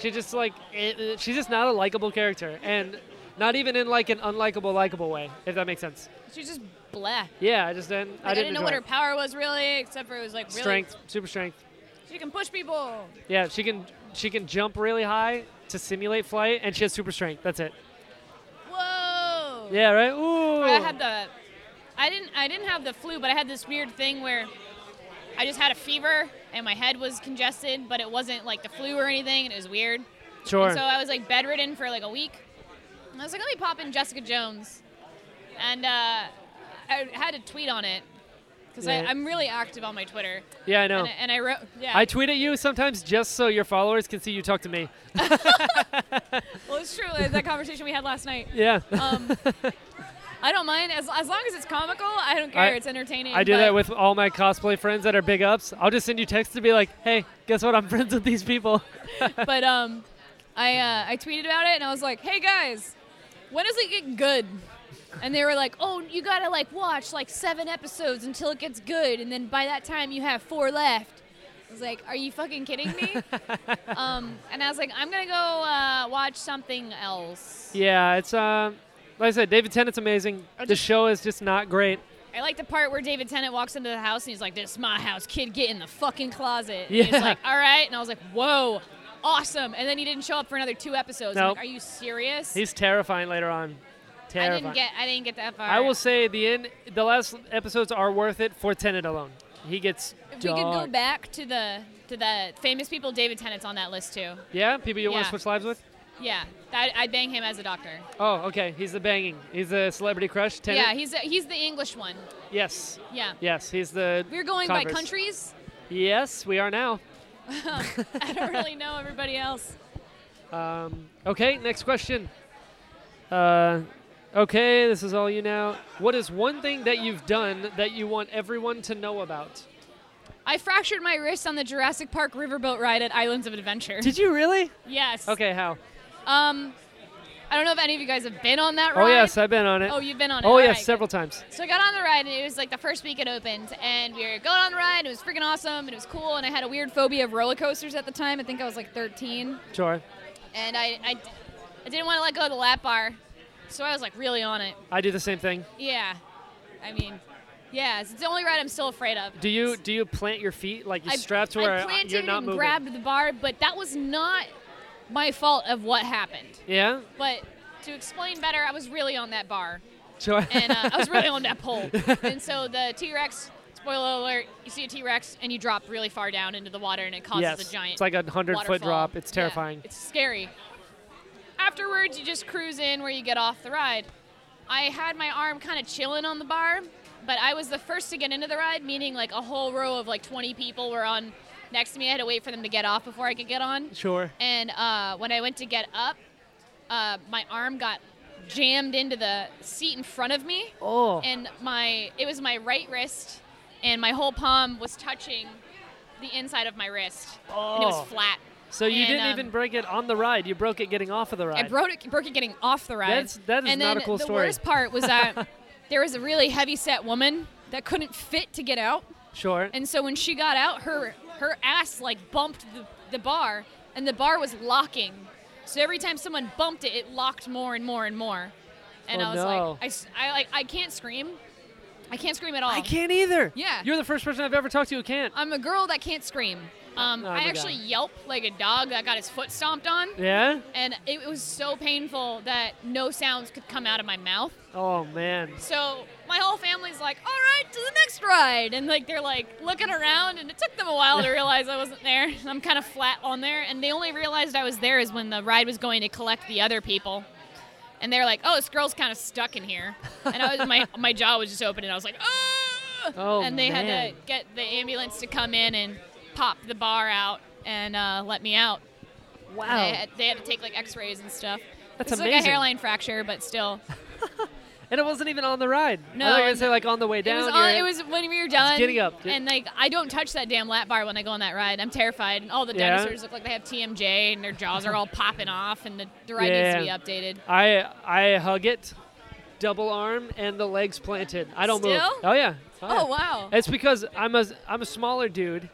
She just like it, it- she's just not a likable character, and not even in like an unlikable, likable way, if that makes sense. She's just bleh. Yeah, I just didn't. I Like, didn't, know what her enjoy power was really, except for it was like it. really strength, super strength. She can push people. Yeah, she can she can jump really high to simulate flight, and she has super strength. That's it. Whoa. Yeah, right. Ooh. I had the, I didn't, I didn't have the flu, but I had this weird thing where I just had a fever and my head was congested, but it wasn't like the flu or anything, and it was weird. sure. And so I was like bedridden for like a week. And I was like, let me pop in Jessica Jones. And uh, I had a tweet on it because Yeah. I'm really active on my Twitter. yeah, I know. And, I- and I wrote, yeah, I tweet at you sometimes just so your followers can see you talk to me. well, it's true. like, That conversation we had last night. Yeah. Um, I don't mind as, as long as it's comical. I don't care. I- it's entertaining. I do but- that with all my cosplay friends that are big ups. I'll just send you texts to be like, "Hey, guess what? I'm friends with these people." but um, I uh, I tweeted about it and I was like, "Hey guys, when does it get good?" And they were like, "Oh, you gotta like watch like seven episodes until it gets good, and then by that time you have four left." I was like, "Are you fucking kidding me?" um, and I was like, "I'm gonna go uh, watch something else." yeah, it's um, like I said, David Tennant's amazing. The show is just not great. I like the part where David Tennant walks into the house and he's like, "This is my house, kid. Get in the fucking closet." And Yeah. He's like, "All right," and I was like, "Whoa." Awesome, and then he didn't show up for another two episodes. I'm Nope. like, are you serious? He's terrifying later on. I Terrifying. didn't get. I didn't get that far. I will say the end, the last episodes are worth it for Tennant alone. He gets. If we could go dark. back to the to the famous people, David Tennant's on that list too. Yeah, people you want Yeah. to switch lives with. Yeah, I, I'd bang him as a doctor. Oh, okay. He's the banging. He's the celebrity crush. Tennant. Yeah, he's a, he's the English one. Yes. Yeah, Yes. He's the. we're going by Converse. countries. Yes, we are now. I don't really know everybody else. Um, okay, next question. Uh, Okay, this is all you now. What is one thing that you've done that you want everyone to know about? I fractured my wrist on the Jurassic Park riverboat ride at Islands of Adventure. Did you really? yes. Okay, how? Um, I don't know if any of you guys have been on that ride. Oh yes, I've been on it. Oh, you've been on it. Oh All yes, right. several times. So I got on the ride, and it was like the first week it opened, and we were going on the ride. And it was freaking awesome, and it was cool. And I had a weird phobia of roller coasters at the time. I think I was like 13, Sure. and I, I, I didn't want to let go of the lap bar, so I was like really on it. I do the same thing. Yeah, I mean, yeah, it's the only ride I'm still afraid of. Do you do you plant your feet like you I- strap to I where planted you're not and moving? grabbed the bar, but that was not my fault of what happened. yeah. But to explain better, I was really on that bar, Sure. and uh, I was really on that pole. And so the T Rex, spoiler alert, you see a T Rex and you drop really far down into the water, and it causes yes. a giant. It's like a hundred foot waterfall. drop. It's Yeah, terrifying. it's scary. Afterwards, you just cruise in where you get off the ride. I had my arm kind of chilling on the bar, but I was the first to get into the ride, meaning like a whole row of like 20 people were on next to me. I had to wait for them to get off before I could get on. sure. And uh, when I went to get up, uh, my arm got jammed into the seat in front of me Oh. and my it was my right wrist and my whole palm was touching the inside of my wrist and it Oh. was flat so you and, didn't um, even break it on the ride. You broke it getting off of the i ride. broke it, broke it getting off the ride That's- that is and not then a cool the story. worst part was that there was a really heavy set woman that couldn't fit to get out sure. and so when she got out her her ass like bumped the, the bar and the bar was locking so every time someone bumped it it locked more and more and more and Oh, i was no. like I, s- I, like i can't scream i can't scream at all I can't either. Yeah. You're the first person I've ever talked to who can't. I'm a girl that can't scream. Um, Oh, I my actually God. yelp like a dog that got his foot stomped on, Yeah. and it was so painful that no sounds could come out of my mouth. Oh man. So my whole family's like, "All right, to the next ride," and like they're like looking around, and it took them a while to realize I wasn't there. I'm kind of flat on there, and they only realized I was there is when the ride was going to collect the other people. And they're like, "Oh, this girl's kind of stuck in here," and I was, my my jaw was just open, and I was like, "Oh!" Oh, and they man. had to get the ambulance to come in and pop the bar out and uh, let me out. Wow. And They, had, they had to take like X-rays and stuff. That's it's like a amazing. hairline fracture, but still. and it wasn't even on the ride. I No, thought you were gonna and say like on the way down. It was, you're- on, it was when we were done. getting up. And like, I don't touch that damn lap bar when I go on that ride. I'm terrified. And all the Yeah? dinosaurs look like they have TMJ, and their jaws are all popping off, and the, the ride Yeah. needs to be updated. I I hug it, double arm and the legs planted. I don't move. Still? Oh yeah. yeah. Oh wow. It's because I'm a I'm a smaller dude,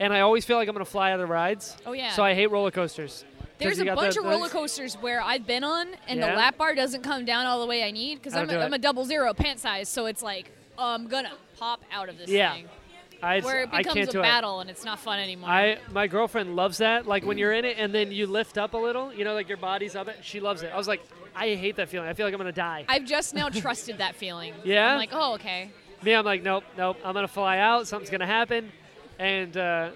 and I always feel like I'm gonna fly out of rides. Oh, yeah. So I hate roller coasters. 'Cause There's you a got the- bunch of the- roller coasters where I've been on, and Yeah? the lap bar doesn't come down all the way I need because How I'm, to a, do it. I'm a double zero pant size, so it's like I'm gonna pop out of this Yeah. thing. I, Where it I can't becomes do a it. battle and it's not fun anymore. I my girlfriend loves that. Like when you're in it and then you lift up a little, you know, like your body's up. It. She loves it. I was like, I hate that feeling. I feel like I'm gonna die. I've just now trusted that feeling. Yeah? I'm like, oh okay. Me, I'm like, nope, nope. I'm gonna fly out. Something's gonna happen, and uh,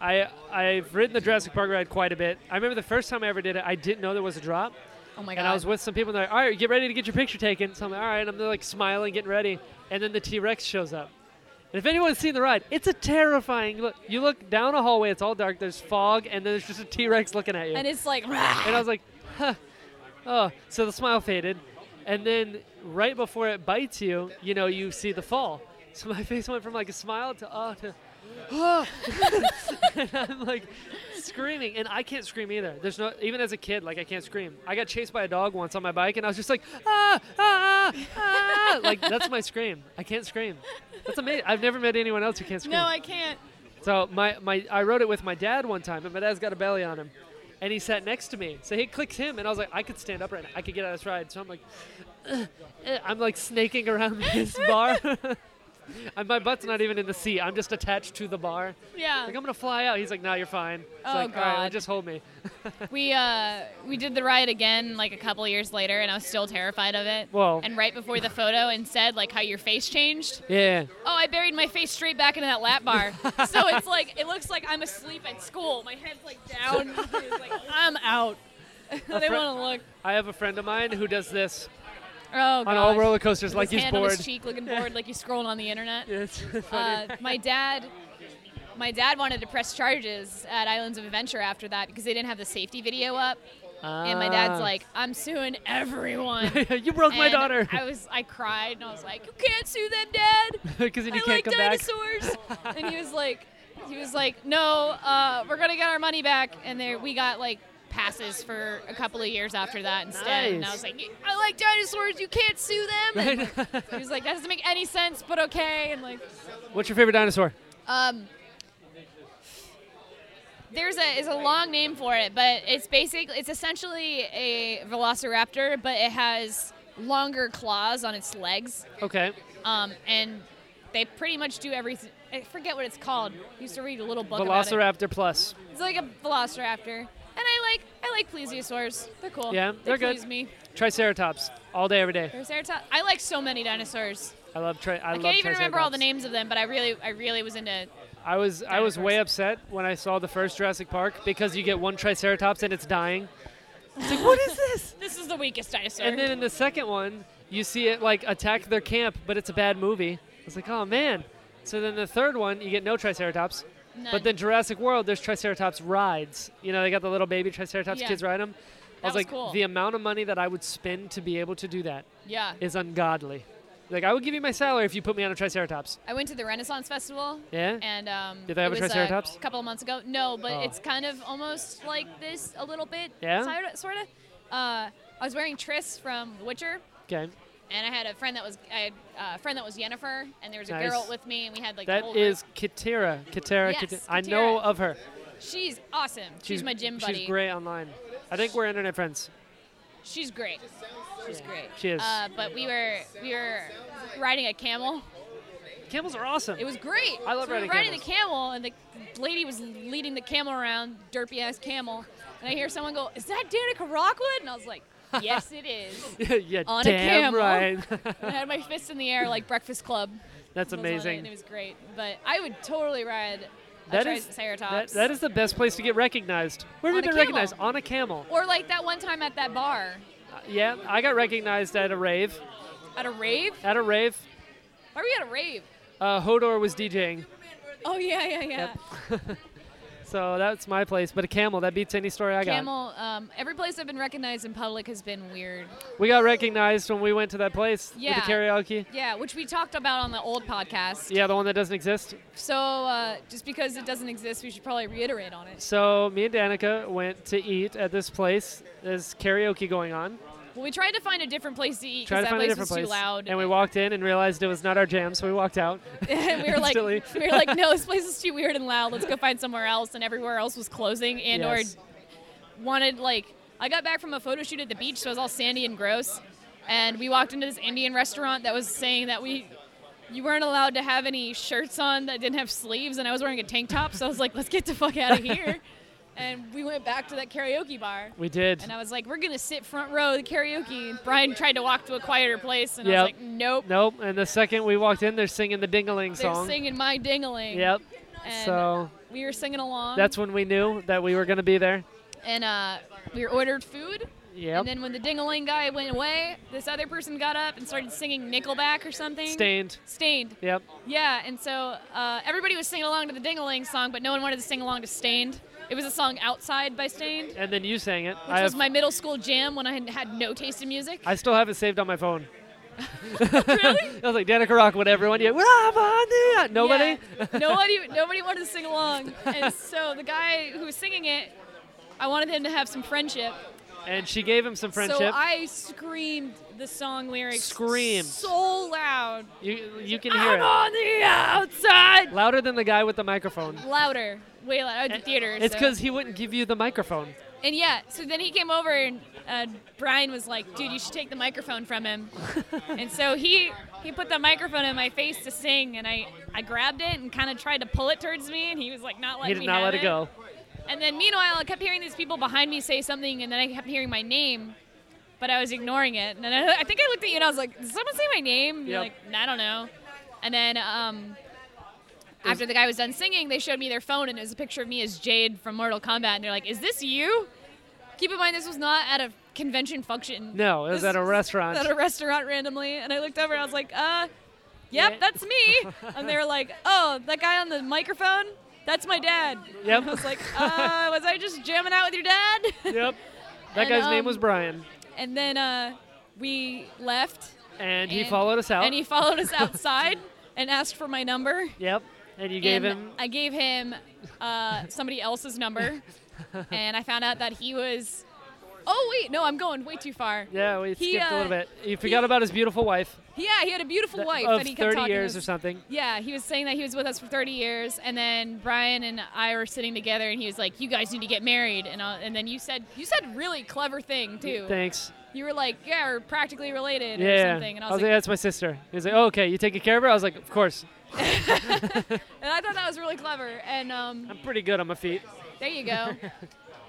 I I've ridden the Jurassic Park ride quite a bit. I remember the first time I ever did it, I didn't know there was a drop. Oh my god. And I was with some people, and they're like, all right, get ready to get your picture taken. So I'm like, all right, I'm like smiling, getting ready. And then the T Rex shows up. And if anyone's seen the ride, it's a terrifying look. You look down a hallway, it's all dark, there's fog, and then there's just a T Rex looking at you. and it's like, And I was like, huh, oh. So the smile faded. And then right before it bites you, you know, you see the fall. So my face went from like a smile to, oh, to, oh. and I'm like screaming. And I can't scream either. There's no, even as a kid, like I can't scream. I got chased by a dog once on my bike and I was just like, ah, ah, ah. like that's my scream. I can't scream. That's amazing. I've never met anyone else who can't scream. No, I can't. So my, my I rode it with my dad one time, and my dad's got a belly on him, and he sat next to me. So he clicks him, and I was like, I could stand up right now. I could get out of this ride. So I'm like, "Ugh, eh," I'm like snaking around this bar. and my butt's not even in the seat. I'm just attached to the bar. yeah. Like I'm gonna fly out. He's like, No, you're fine. It's Oh, like, All right, well, God. just hold me. We uh we did the ride again like a couple years later, and I was still terrified of it. Whoa. And right before the photo, and said like how your face changed. Yeah. Oh, I buried my face straight back into that lap bar, so it's like it looks like I'm asleep at school. My head's like down. It's like, I'm out. they fri- want to look. I have a friend of mine who does this Oh god. on all roller coasters, With like his he's hand on bored. his cheek, looking bored, like he's scrolling on the internet. Yeah, it's funny. Uh, my dad. My dad wanted to press charges at Islands of Adventure after that because they didn't have the safety video up. And my dad's like, I'm suing everyone. you broke Ah. my And daughter I was, I cried and I was like, you can't sue them, Dad. because then you I like can't come back. dinosaurs. and he was like, he was like, no, uh, we're gonna get our money back. And there, we got like passes for a couple of years after that instead. And I Nice. was like, I like dinosaurs. You can't sue them. And he was like, that doesn't make any sense, but okay. And like, What's your favorite dinosaur? um, there's a is a long name for it, but it's basically it's essentially a velociraptor, but it has longer claws on its legs, Okay. um, and they pretty much do everything. I forget what it's called. I used to read a little book about Velociraptor Plus. it. It's like a velociraptor, and I like I like plesiosaurs. They're cool. Yeah, they they're good. please me. Triceratops. All day, every day. Triceratops. I like so many dinosaurs. I love tri- I, I, love can't even remember all Triceratops. the names of them, but I really I really was into I was I was way Dinosaurs. upset when I saw the first Jurassic Park because you get one Triceratops and it's dying. It's like what is this? this is the weakest dinosaur. And then in the second one, you see it like attack their camp, but it's a bad movie. I was like, oh man. So then the third one, you get no Triceratops. None. But then Jurassic World, there's Triceratops rides. You know, they got the little baby Triceratops Yeah. kids ride them. I That was was like, cool. the amount of money that I would spend to be able to do that yeah. is ungodly. Like, I would give you my salary if you put me on a Triceratops. I went to the Renaissance Festival. Yeah? And um, Did they have it a was, uh, Triceratops? a couple of months ago. No, but Oh. it's kind of almost like this a little bit. Yeah? Sort of. Uh, I was wearing Triss from The Witcher, Okay. and I had a friend that was I had uh, a friend that was Yennefer, and there was a Nice. girl with me, and we had like the That whole group. is Katera. Katera. Yes, Kite- I know Katera. of her. She's awesome. She's, my gym buddy. She's great online. I think we're internet friends. She's great. She's great. She is. Uh, but we were we were riding a camel. Camels are awesome. It was great. I love so we were riding riding the camel, and the lady was leading the camel around, derpy ass camel. And I hear someone go, "Is that Danica Rockwood?" And I was like, "Yes, it is." yeah, on a damn camel. right. And I had my fists in the air like Breakfast Club. That's was on it, amazing. and it was great. But I would totally ride a That is that, Triceratops. that is the best place to get recognized. Where have On you a been camel. recognized? On a camel. or like that one time at that bar Uh, yeah, I got recognized at a rave. at a rave. At a rave, Why were we at a rave? uh, Hodor was DJing, Oh yeah, yeah, yeah. so that's my place. But a camel that beats any story I Camel. Um, every place I've been recognized in public has been weird. got. We got recognized when we went to that place Yeah. with the karaoke. Yeah, which we talked about on the old podcast. Yeah, the one that doesn't exist. So uh, just because it doesn't exist, we should probably reiterate on it. So me and Danica went to eat at this place. There's karaoke going on. Well, we tried to find a different place to eat Tried because that to find place a different was place, too loud. and we walked in and realized it was not our jam, so we walked out. and we were like, Silly. we were like, no, this place is too weird and loud. Let's go find somewhere else. And everywhere else was closing and Yes. or wanted like. I got back from a photo shoot at the beach, so it was all sandy and gross. And we walked into this Indian restaurant that was saying that we. You weren't allowed to have any shirts on that didn't have sleeves, and I was wearing a tank top, so I was like, let's get the fuck out of here. and we went back to that karaoke bar. We did. And I was like, we're going to sit front row of the karaoke. And Brian tried to walk to a quieter place, and I Yep. was like, nope. nope. And the second we walked in, they're singing the Dingaling They're song. singing My Dingaling. Yep. And so we were singing along. that's when we knew that we were going to be there. and uh, we were ordered food. Yep. And then when the Dingaling guy went away, this other person got up and started singing Nickelback or something. Stained. Stained. Yep. Yeah, and so uh, everybody was singing along to the Dingaling song, but no one wanted to sing along to Stained. It was a song outside by Stained, which And then you sang it. I, was have- my middle school jam when I had, had no taste in music. I still have it saved on my phone. really? I was like Danica Rockwood, everyone. Yeah. "We're up on the-" Nobody. Yeah. nobody. Nobody wanted to sing along, and so the guy who was singing it, I wanted him to have some friendship. And she gave him some friendship. So I screamed the song lyrics. Screamed. so loud. you you can hear I'm it on the outside. louder than the guy with the microphone. Louder, way louder. I was at the theater. It's so- because he wouldn't give you the microphone. And yeah, so then he came over and uh, Brian was like, "Dude, you should take the microphone from him." and so he he put the microphone in my face to sing, and I I grabbed it and kind of tried to pull it towards me, and he was like, "Not letting He did me not have let it go. And then meanwhile, I kept hearing these people behind me say something, and then I kept hearing my name, but I was ignoring it. And then I, I think I looked at you and I was like, "Did someone say my name?" And You're Yep. like, "I don't know." And then um, after the guy was done singing, they showed me their phone, and it was a picture of me as Jade from Mortal Kombat. And they're like, "Is this you?" Keep in mind, this was not at a convention function. No, it was This at a restaurant. At a restaurant randomly, and I looked over and I was like, "Uh." Yeah. Yep, that's me. And they were like, "Oh, that guy on the microphone, that's my dad." Yep. I was like, uh, was I just jamming out with your dad? yep. That And, guy's name um, was Brian, And then uh, we left, and he and- followed us out. and he followed us outside and asked for my number. yep. And you gave and him. I gave him uh, somebody else's number, and I found out that he was. Oh wait, no, I'm going way too far. Yeah, we he, skipped a little uh, bit. You forgot about his beautiful wife, Yeah, he had a beautiful th- wife of that he kept 30 talking years to or us- something. Yeah, he was saying that he was with us for 30 years, and then Brian and I were sitting together, and he was like, "You guys need to get married," and I, and then you said you said a really clever thing too. Thanks. You were like, "Yeah, we're practically related" Yeah. or something, and I was, like, that's my sister. He was like, oh, okay, you taking care of her? I was like, of course. and I thought that was really clever, and um, I'm pretty good on my feet. There you go.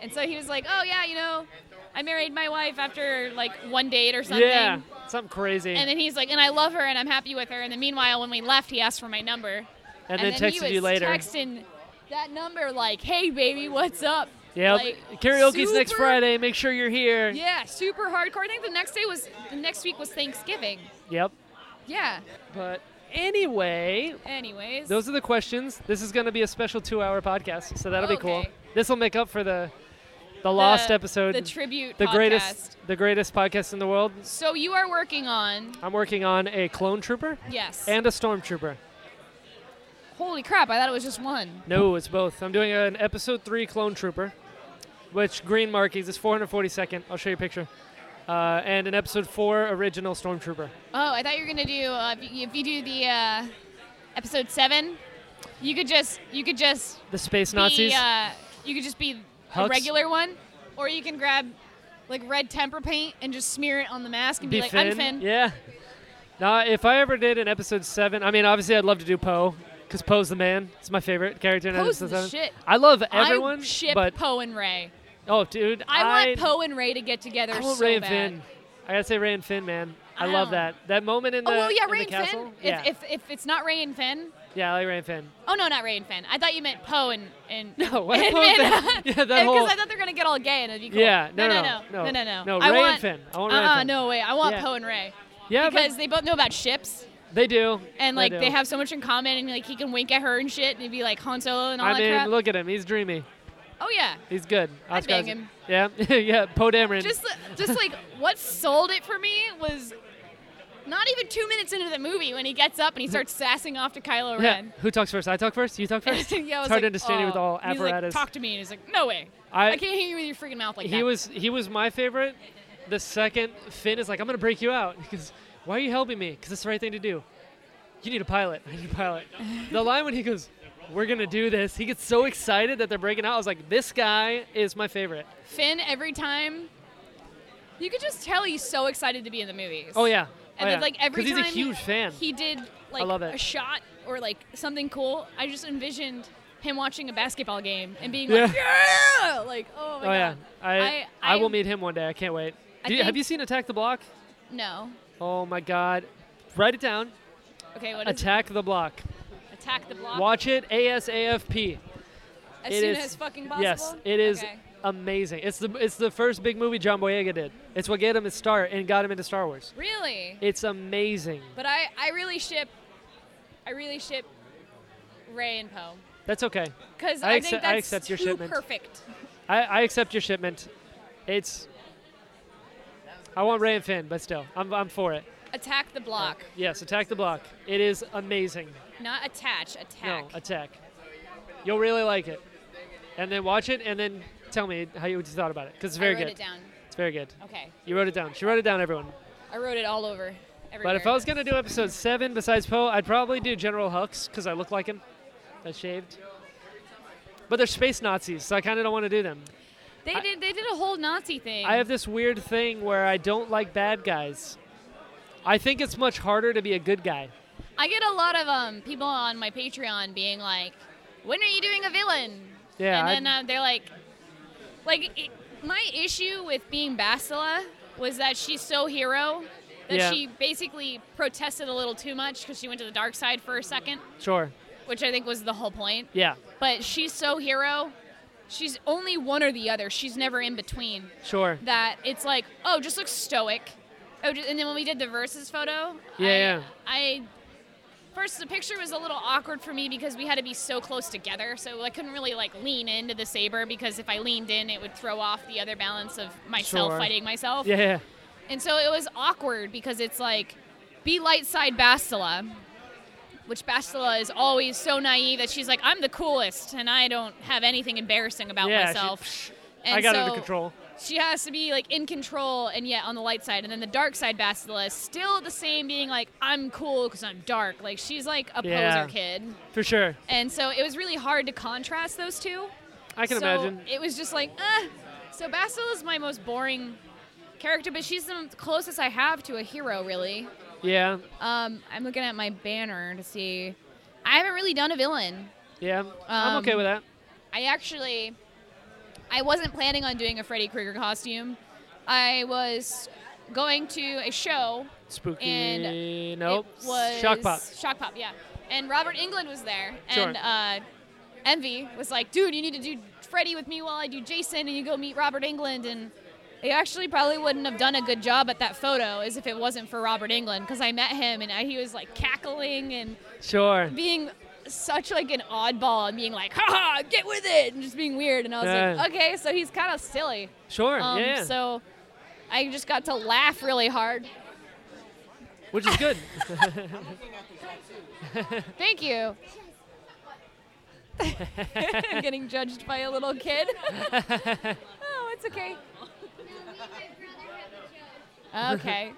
and so he was like, "Oh yeah, you know, I married my wife after like one date or something." Yeah, something crazy. And then he's like, "And I love her, and I'm happy with her." And then meanwhile, when we left, he asked for my number. And then he texted was you later. Texting that number like, "Hey baby, what's up?" yeah, Like, karaoke's next super- Friday. Make sure you're here. Yeah, super hardcore. I think the next day was the next week was Thanksgiving. Yep. Yeah. But anyway, Anyways. those are the questions. This is going to be a special two-hour podcast, so that'll be cool. Okay. This will make up for the the lost episode, The tribute. the podcast. greatest, the greatest podcast in the world. So you are working on I'm working on a clone trooper yes. and a stormtrooper. holy crap! I thought it was just one. No, it's both. I'm doing an episode three clone trooper, which green markings is 442nd. I'll show you a picture. Uh, and an episode four original stormtrooper. Oh, I thought you were gonna do uh, if you- if you do the uh, episode seven, you could just you could just The space be Nazis. uh, you could just be a Hux. regular one, or you can grab like red temper paint and just smear it on the mask and be, like Finn. I'm Finn. Yeah. Now, if I ever did an episode seven, I mean, obviously, I'd love to do Poe because Poe's the man. It's my favorite character in Poe's episode the seven. shit. I love everyone, I ship but Poe and Ray. oh, dude, I, want Poe. Poe and Ray to get together. I want so Ray and bad. Finn. I gotta say Ray and Finn, man. I, I love don't- that that moment in the Oh well, yeah, in Ray the and castle. Finn. Yeah, If, if if it's not Ray and Finn, yeah, I like Ray and Finn. oh no, not Ray and Finn. I thought you meant Poe and and No, what and- Poe's and- the- yeah, that and- whole- I thought they're gonna get all gay and it'd be cool. Yeah, no, no, no, no, no, no, no. no, I Ray and want, Finn. I want uh, Ray and Finn. no way. I want Yeah. Poe and Ray Yeah, because but they both know about ships they do. and like do. they, have so much in common and like he can wink at her and shit and it'd be like Han Solo and all I that mean, crap. look at him. He's dreamy. oh yeah. He's good. Oscar bang Isaac. him. Yeah, yeah. Poe Dameron. Just, just like what sold it for me was not even two minutes into the movie when he gets up and he starts sassing off to Kylo yeah. Ren. Who talks first? I talk first. You talk first. yeah, I was it's hard like, to understand you with "Oh." all He's like, apparatus. Talk to me, and he's like, "No way, I- I, can't hear you with your freaking mouth like he that." was he was my favorite. The second Finn is like, I'm gonna break you out because why are you helping me? Because it's the right thing to do. You need a pilot. I need a pilot. the line when he goes, "We're gonna do this," he gets so excited that they're breaking out. I was like, this guy is my favorite. Finn every time. You could just tell he's so excited to be in the movies. Oh yeah. and oh, then yeah. like every 'Cause time he's a huge fan. he did like love it. a shot or like something cool. I just envisioned him watching a basketball game and being like, "Yeah!" Like, oh my Oh god, yeah, I I, I- will I'm- meet him one day. I can't wait. I Do you, have think- you seen Attack the Block? no." Oh my God, write it down. Okay, what is Attack the Block. it? Attack the block Watch it ASAFP. as It soon is- as fucking possible. Yes, it is Okay. amazing. It's the it's the first big movie John Boyega did. It's what gave him his start and got him into Star Wars. Really? It's amazing. But I, I really ship, I really ship Ray and Poe That's okay. because I I, accept- think I that's accept your too shipment. perfect. I, I accept your shipment. It's. I want Ray and Finn, but still, I'm I'm for it. Attack the block, Yes, Attack the Block. It is amazing. not attach. Attack. No, attack. You'll really like it. And then watch it, and then tell me how you what you thought about it, because it's very I wrote good. it down. It's very good. Okay, You wrote it down. She wrote it down, everyone. I wrote it all over. Everywhere. But if I was gonna do episode seven, besides Poe, I'd probably do General Hux because I look like him. I shaved. But they're space Nazis, so I kind of don't want to do them. They did they did a whole Nazi thing. I have this weird thing where I don't like bad guys. I think it's much harder to be a good guy. I get a lot of um people on my Patreon being like, "When are you doing a villain?" Yeah, and I- then uh, they're like, like it, my issue with being Basila was that she's so hero that Yeah. she basically protested a little too much because she went to the dark side for a second, uh, Sure. which I think was the whole point. Yeah. But she's so hero. She's only one or the other. She's never in between. Sure. That it's like, oh, just look stoic. Oh, ju- and then when we did the versus photo, Yeah, I, yeah. I first the picture was a little awkward for me because we had to be so close together so i couldn't really like lean into the saber because if i leaned in it would throw off the other balance of myself Sure. fighting myself Yeah, yeah. and so it was awkward because it's like be light side bastila which bastila is always so naive that she's like i'm the coolest and i don't have anything embarrassing about Yeah, she- myself and I got it under so- control. she has to be like in control and yet on the light side and then the dark side bastila is still the same being like i'm cool because i'm dark like she's like a Yeah. poser kid For sure. and so it was really hard to contrast those two I can so imagine. it was just like uh. so bastila is my most boring character but she's the closest i have to a hero really Yeah. um, i'm looking at my banner to see i haven't really done a villain Yeah. I'm Um, okay with that. I actually, I wasn't planning on doing a Freddy Krueger costume. I was going to a show. Spooky. and nope. It was Shock pop. Shock pop, yeah. And Robert England was there, Sure. and uh, Envy was like, "Dude, you need to do Freddy with me while I do Jason, and you go meet Robert England." And they actually probably wouldn't have done a good job at that photo, as if it wasn't for Robert England, because I met him and I, he was like cackling and Sure. being such like an oddball and being like, "Ha ha, get with it," and just being weird. And I was Yeah. like, okay, so he's kind of silly. Sure. Um, yeah. So I just got to laugh really hard. Which is good. Thank you. I'm getting judged by a little kid. oh, it's okay. Okay.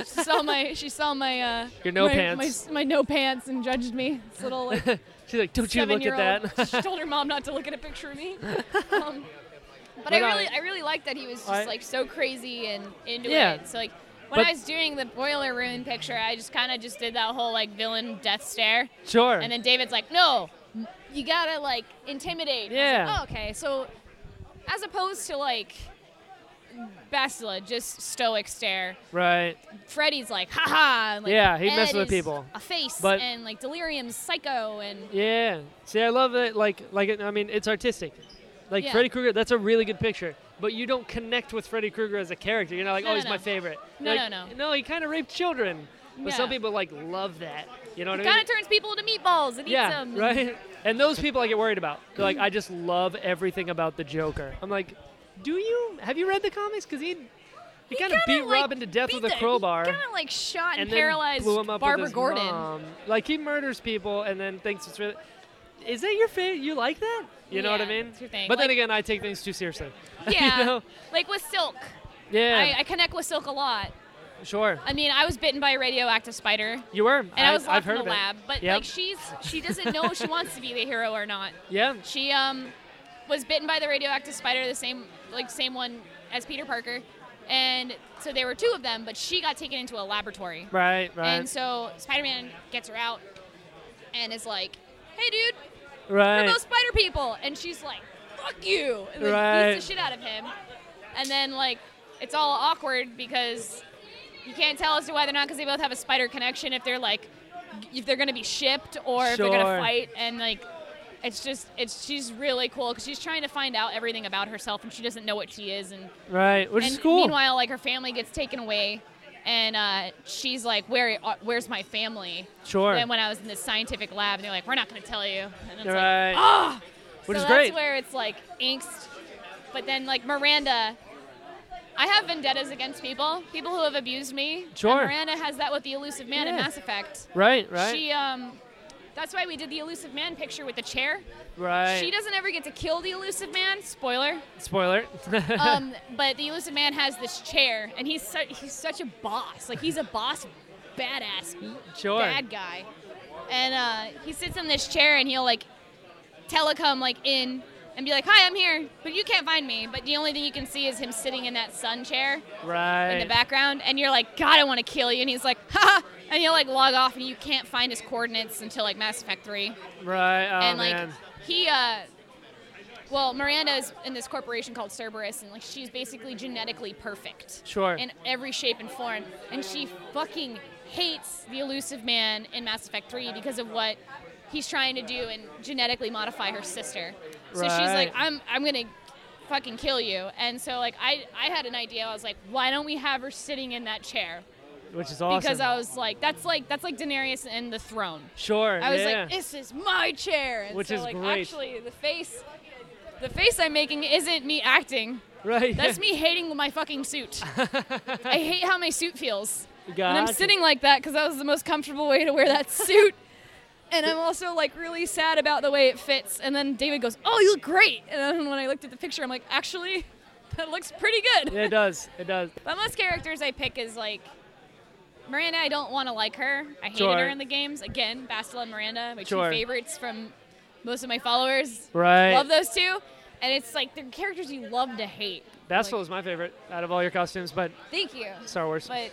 She saw my she saw my uh Your no my, pants. my, my no pants and judged me. This little like She's like, don't you look at seven-year-old. that. she told her mom not to look at a picture of me. Um, but But I I- really, I, really liked that he was just I- like so crazy and into Yeah. it. So like when I But- was doing the boiler room picture, I just kind of just did that whole like villain death stare, sure. and then David's like, "No, you gotta like intimidate." And I was like, Yeah. "Oh, okay, so as opposed to like Bastila, just stoic stare. right. Freddy's like, haha. And, like, Yeah, he Ed messed with is people. A face But- and like Delirium's psycho and Yeah. See, I love it. Like, like it, I mean, it's artistic. Like Yeah. Freddy Krueger, that's a really good picture. But you don't connect with Freddy Krueger as a character. You're not like, No, oh, no, he's my no. favorite. No, You're like, no, no. No, he kind of raped children. But some Yeah. people like love that. You know what I mean? kind of turns people into meatballs and eats yeah. them. Right. And those people I get worried about. They're like, I just love everything about the Joker. I'm like, do you? Have you read the comics? Because he, he, kind of beat Robin to death with a crowbar. Kind of like shot and, and then paralyzed blew him up Barbara with his Gordon. mom. Like he murders people and then thinks it's really. Is that your favorite? You like that? You know what I Yeah, mean? it's your thing. But then Like- again, I take things too seriously. Yeah, you know? like with Silk. Yeah. I, I connect with Silk a lot. sure. I mean, I was bitten by a radioactive spider, and You were. I, was I've locked in heard the of it. lab. But Yep. like, she's she doesn't know if she wants to be the hero or not. Yeah. She um was bitten by the radioactive spider, the same like same one as Peter Parker, and so there were two of them. But she got taken into a laboratory. Right. Right. And so Spider Man gets her out and is like, hey, dude, right. we're both spider people. And she's like, fuck you. And then Right. beats the shit out of him. And then, like, it's all awkward because you can't tell as to whether or not because they both have a spider connection if they're like, if they're going to be shipped or if they're going Sure. to fight. And, like, it's just, it's she's really cool because she's trying to find out everything about herself and she doesn't know what she is. And right. Which and is cool. meanwhile, like her family gets taken away, and uh, she's like, "Where, uh, where's my family?" sure. And when I was in the scientific lab, and they're like, "We're not going to tell you." And it's like, "Oh, right. so Which is that's great. where it's like angst. But then like Miranda, I have vendettas against people, people who have abused me. and Sure. Miranda has that with the elusive man in Yeah. Mass Effect. right. Right. She um. That's why we did the elusive man picture with the chair. right. She doesn't ever get to kill the elusive man. Spoiler Spoiler. um, but the elusive man has this chair, and he's su- he's such a boss. Like he's a boss, badass, sure. bad guy. And uh, he sits in this chair, and he'll like telecom like in and be like, "Hi, I'm here," but you can't find me. But the only thing you can see is him sitting in that sun chair Right. in the background, and you're like, "God, I want to kill you," and he's like, "Ha!" And he'll like log off, and you can't find his coordinates until like Mass Effect Three Right. Oh and like man. he uh well miranda is in this corporation called cerberus and like she's basically genetically perfect Sure. in every shape and form and she fucking hates the elusive man in mass effect 3 because of what he's trying to do and genetically modify her sister so she's Right. like i'm i'm gonna fucking kill you and so like i i had an idea i was like why don't we have her sitting in that chair which is awesome. because I was like, that's like that's like Daenerys and the throne. sure. I was yeah. like, this is my chair, and Which so is like great. actually the face, the face I'm making isn't me acting. right. That's me hating my fucking suit. I hate how my suit feels. Gotcha. And I'm sitting like that because that was the most comfortable way to wear that suit. and I'm also like really sad about the way it fits. And then David goes, "Oh, you look great." And then when I looked at the picture, I'm like, actually, that looks pretty good. Yeah, it does. It does. But most characters I pick is like Miranda. I don't want to like her. I hated Sure. her in the games. Again, Bastila and Miranda, my Sure. two favorites from most of my followers. Right. Love those two. And it's like they're characters you love to hate. Bastila Like, was my favorite out of all your costumes, but Thank you. Star Wars. But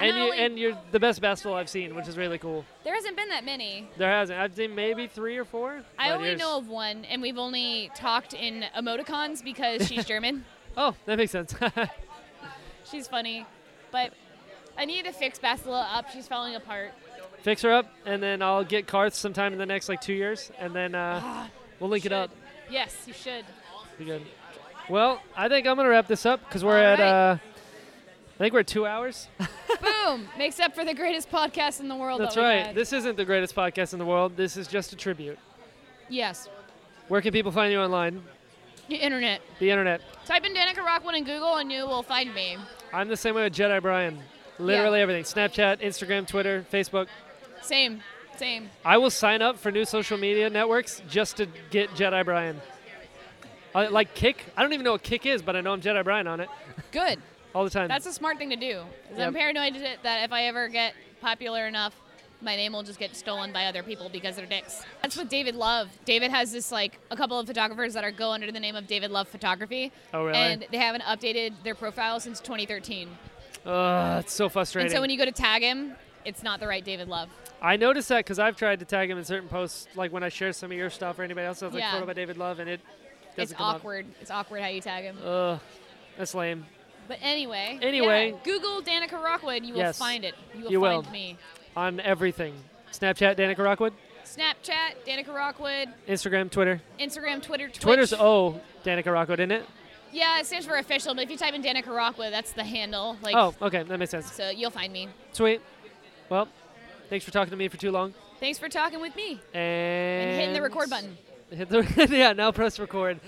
I'm and not you only- and you're the best Bastila I've seen, which is really cool. there hasn't been that many. There hasn't. I've seen maybe three or four. I but only yours- know of one, and we've only talked in emoticons because she's German. Oh, that makes sense. She's funny. But I need to fix Bastila up. She's falling apart. Fix her up, and then I'll get Karth sometime in the next like two years, and then Ah, uh, we'll link it up. Yes, you should. Be good. Well, I think I'm gonna wrap this up because we're All at. right. Uh, I think we're at two hours. Boom! Makes up for the greatest podcast in the world. That's that we right. Had. This isn't the greatest podcast in the world. This is just a tribute. yes, Where can people find you online? the internet. The internet. Type in Danica Rockwood in Google, and you will find me. I'm the same way with Jedi Brian. Literally everything. Snapchat, Instagram, Twitter, Facebook. Same, same. I will sign up for new social media networks just to get Jedi Brian. I, like Kick. I don't even know what Kick is, but I know I'm Jedi Brian on it Good. all the time. That's a smart thing to do. 'cause I'm Yep. paranoid that if I ever get popular enough, my name will just get stolen by other people because they're dicks. That's what David Love. David has this like a couple of photographers that are go under the name of David Love Photography. Oh, really? And they haven't updated their profile since 2013. Ugh, it's so And frustrating. so when you go to tag him, it's not the right David Love. I noticed that because I've tried to tag him in certain posts, like when I share some of your stuff or anybody else's, like Yeah. photo by David Love, and it doesn't it's come up. awkward. It's awkward how you tag him. Ugh, that's lame. But anyway. Anyway. yeah, Google Danica Rockwood. You will Yes, find it. You will you will. find me. On everything. Snapchat, Danica Rockwood. Snapchat, Danica Rockwood. Instagram, Twitter. Instagram, Twitter, Twitch. Twitter's O, Danica Rockwood, isn't it? Yeah, it stands for official, but if you type in Danica Rockwood, that's the handle. Like, Oh, okay, that makes sense. So you'll find me. Sweet. Well, thanks for talking to me for too long. Thanks for talking with me And, and hitting the record button. Hit the yeah. Now press record.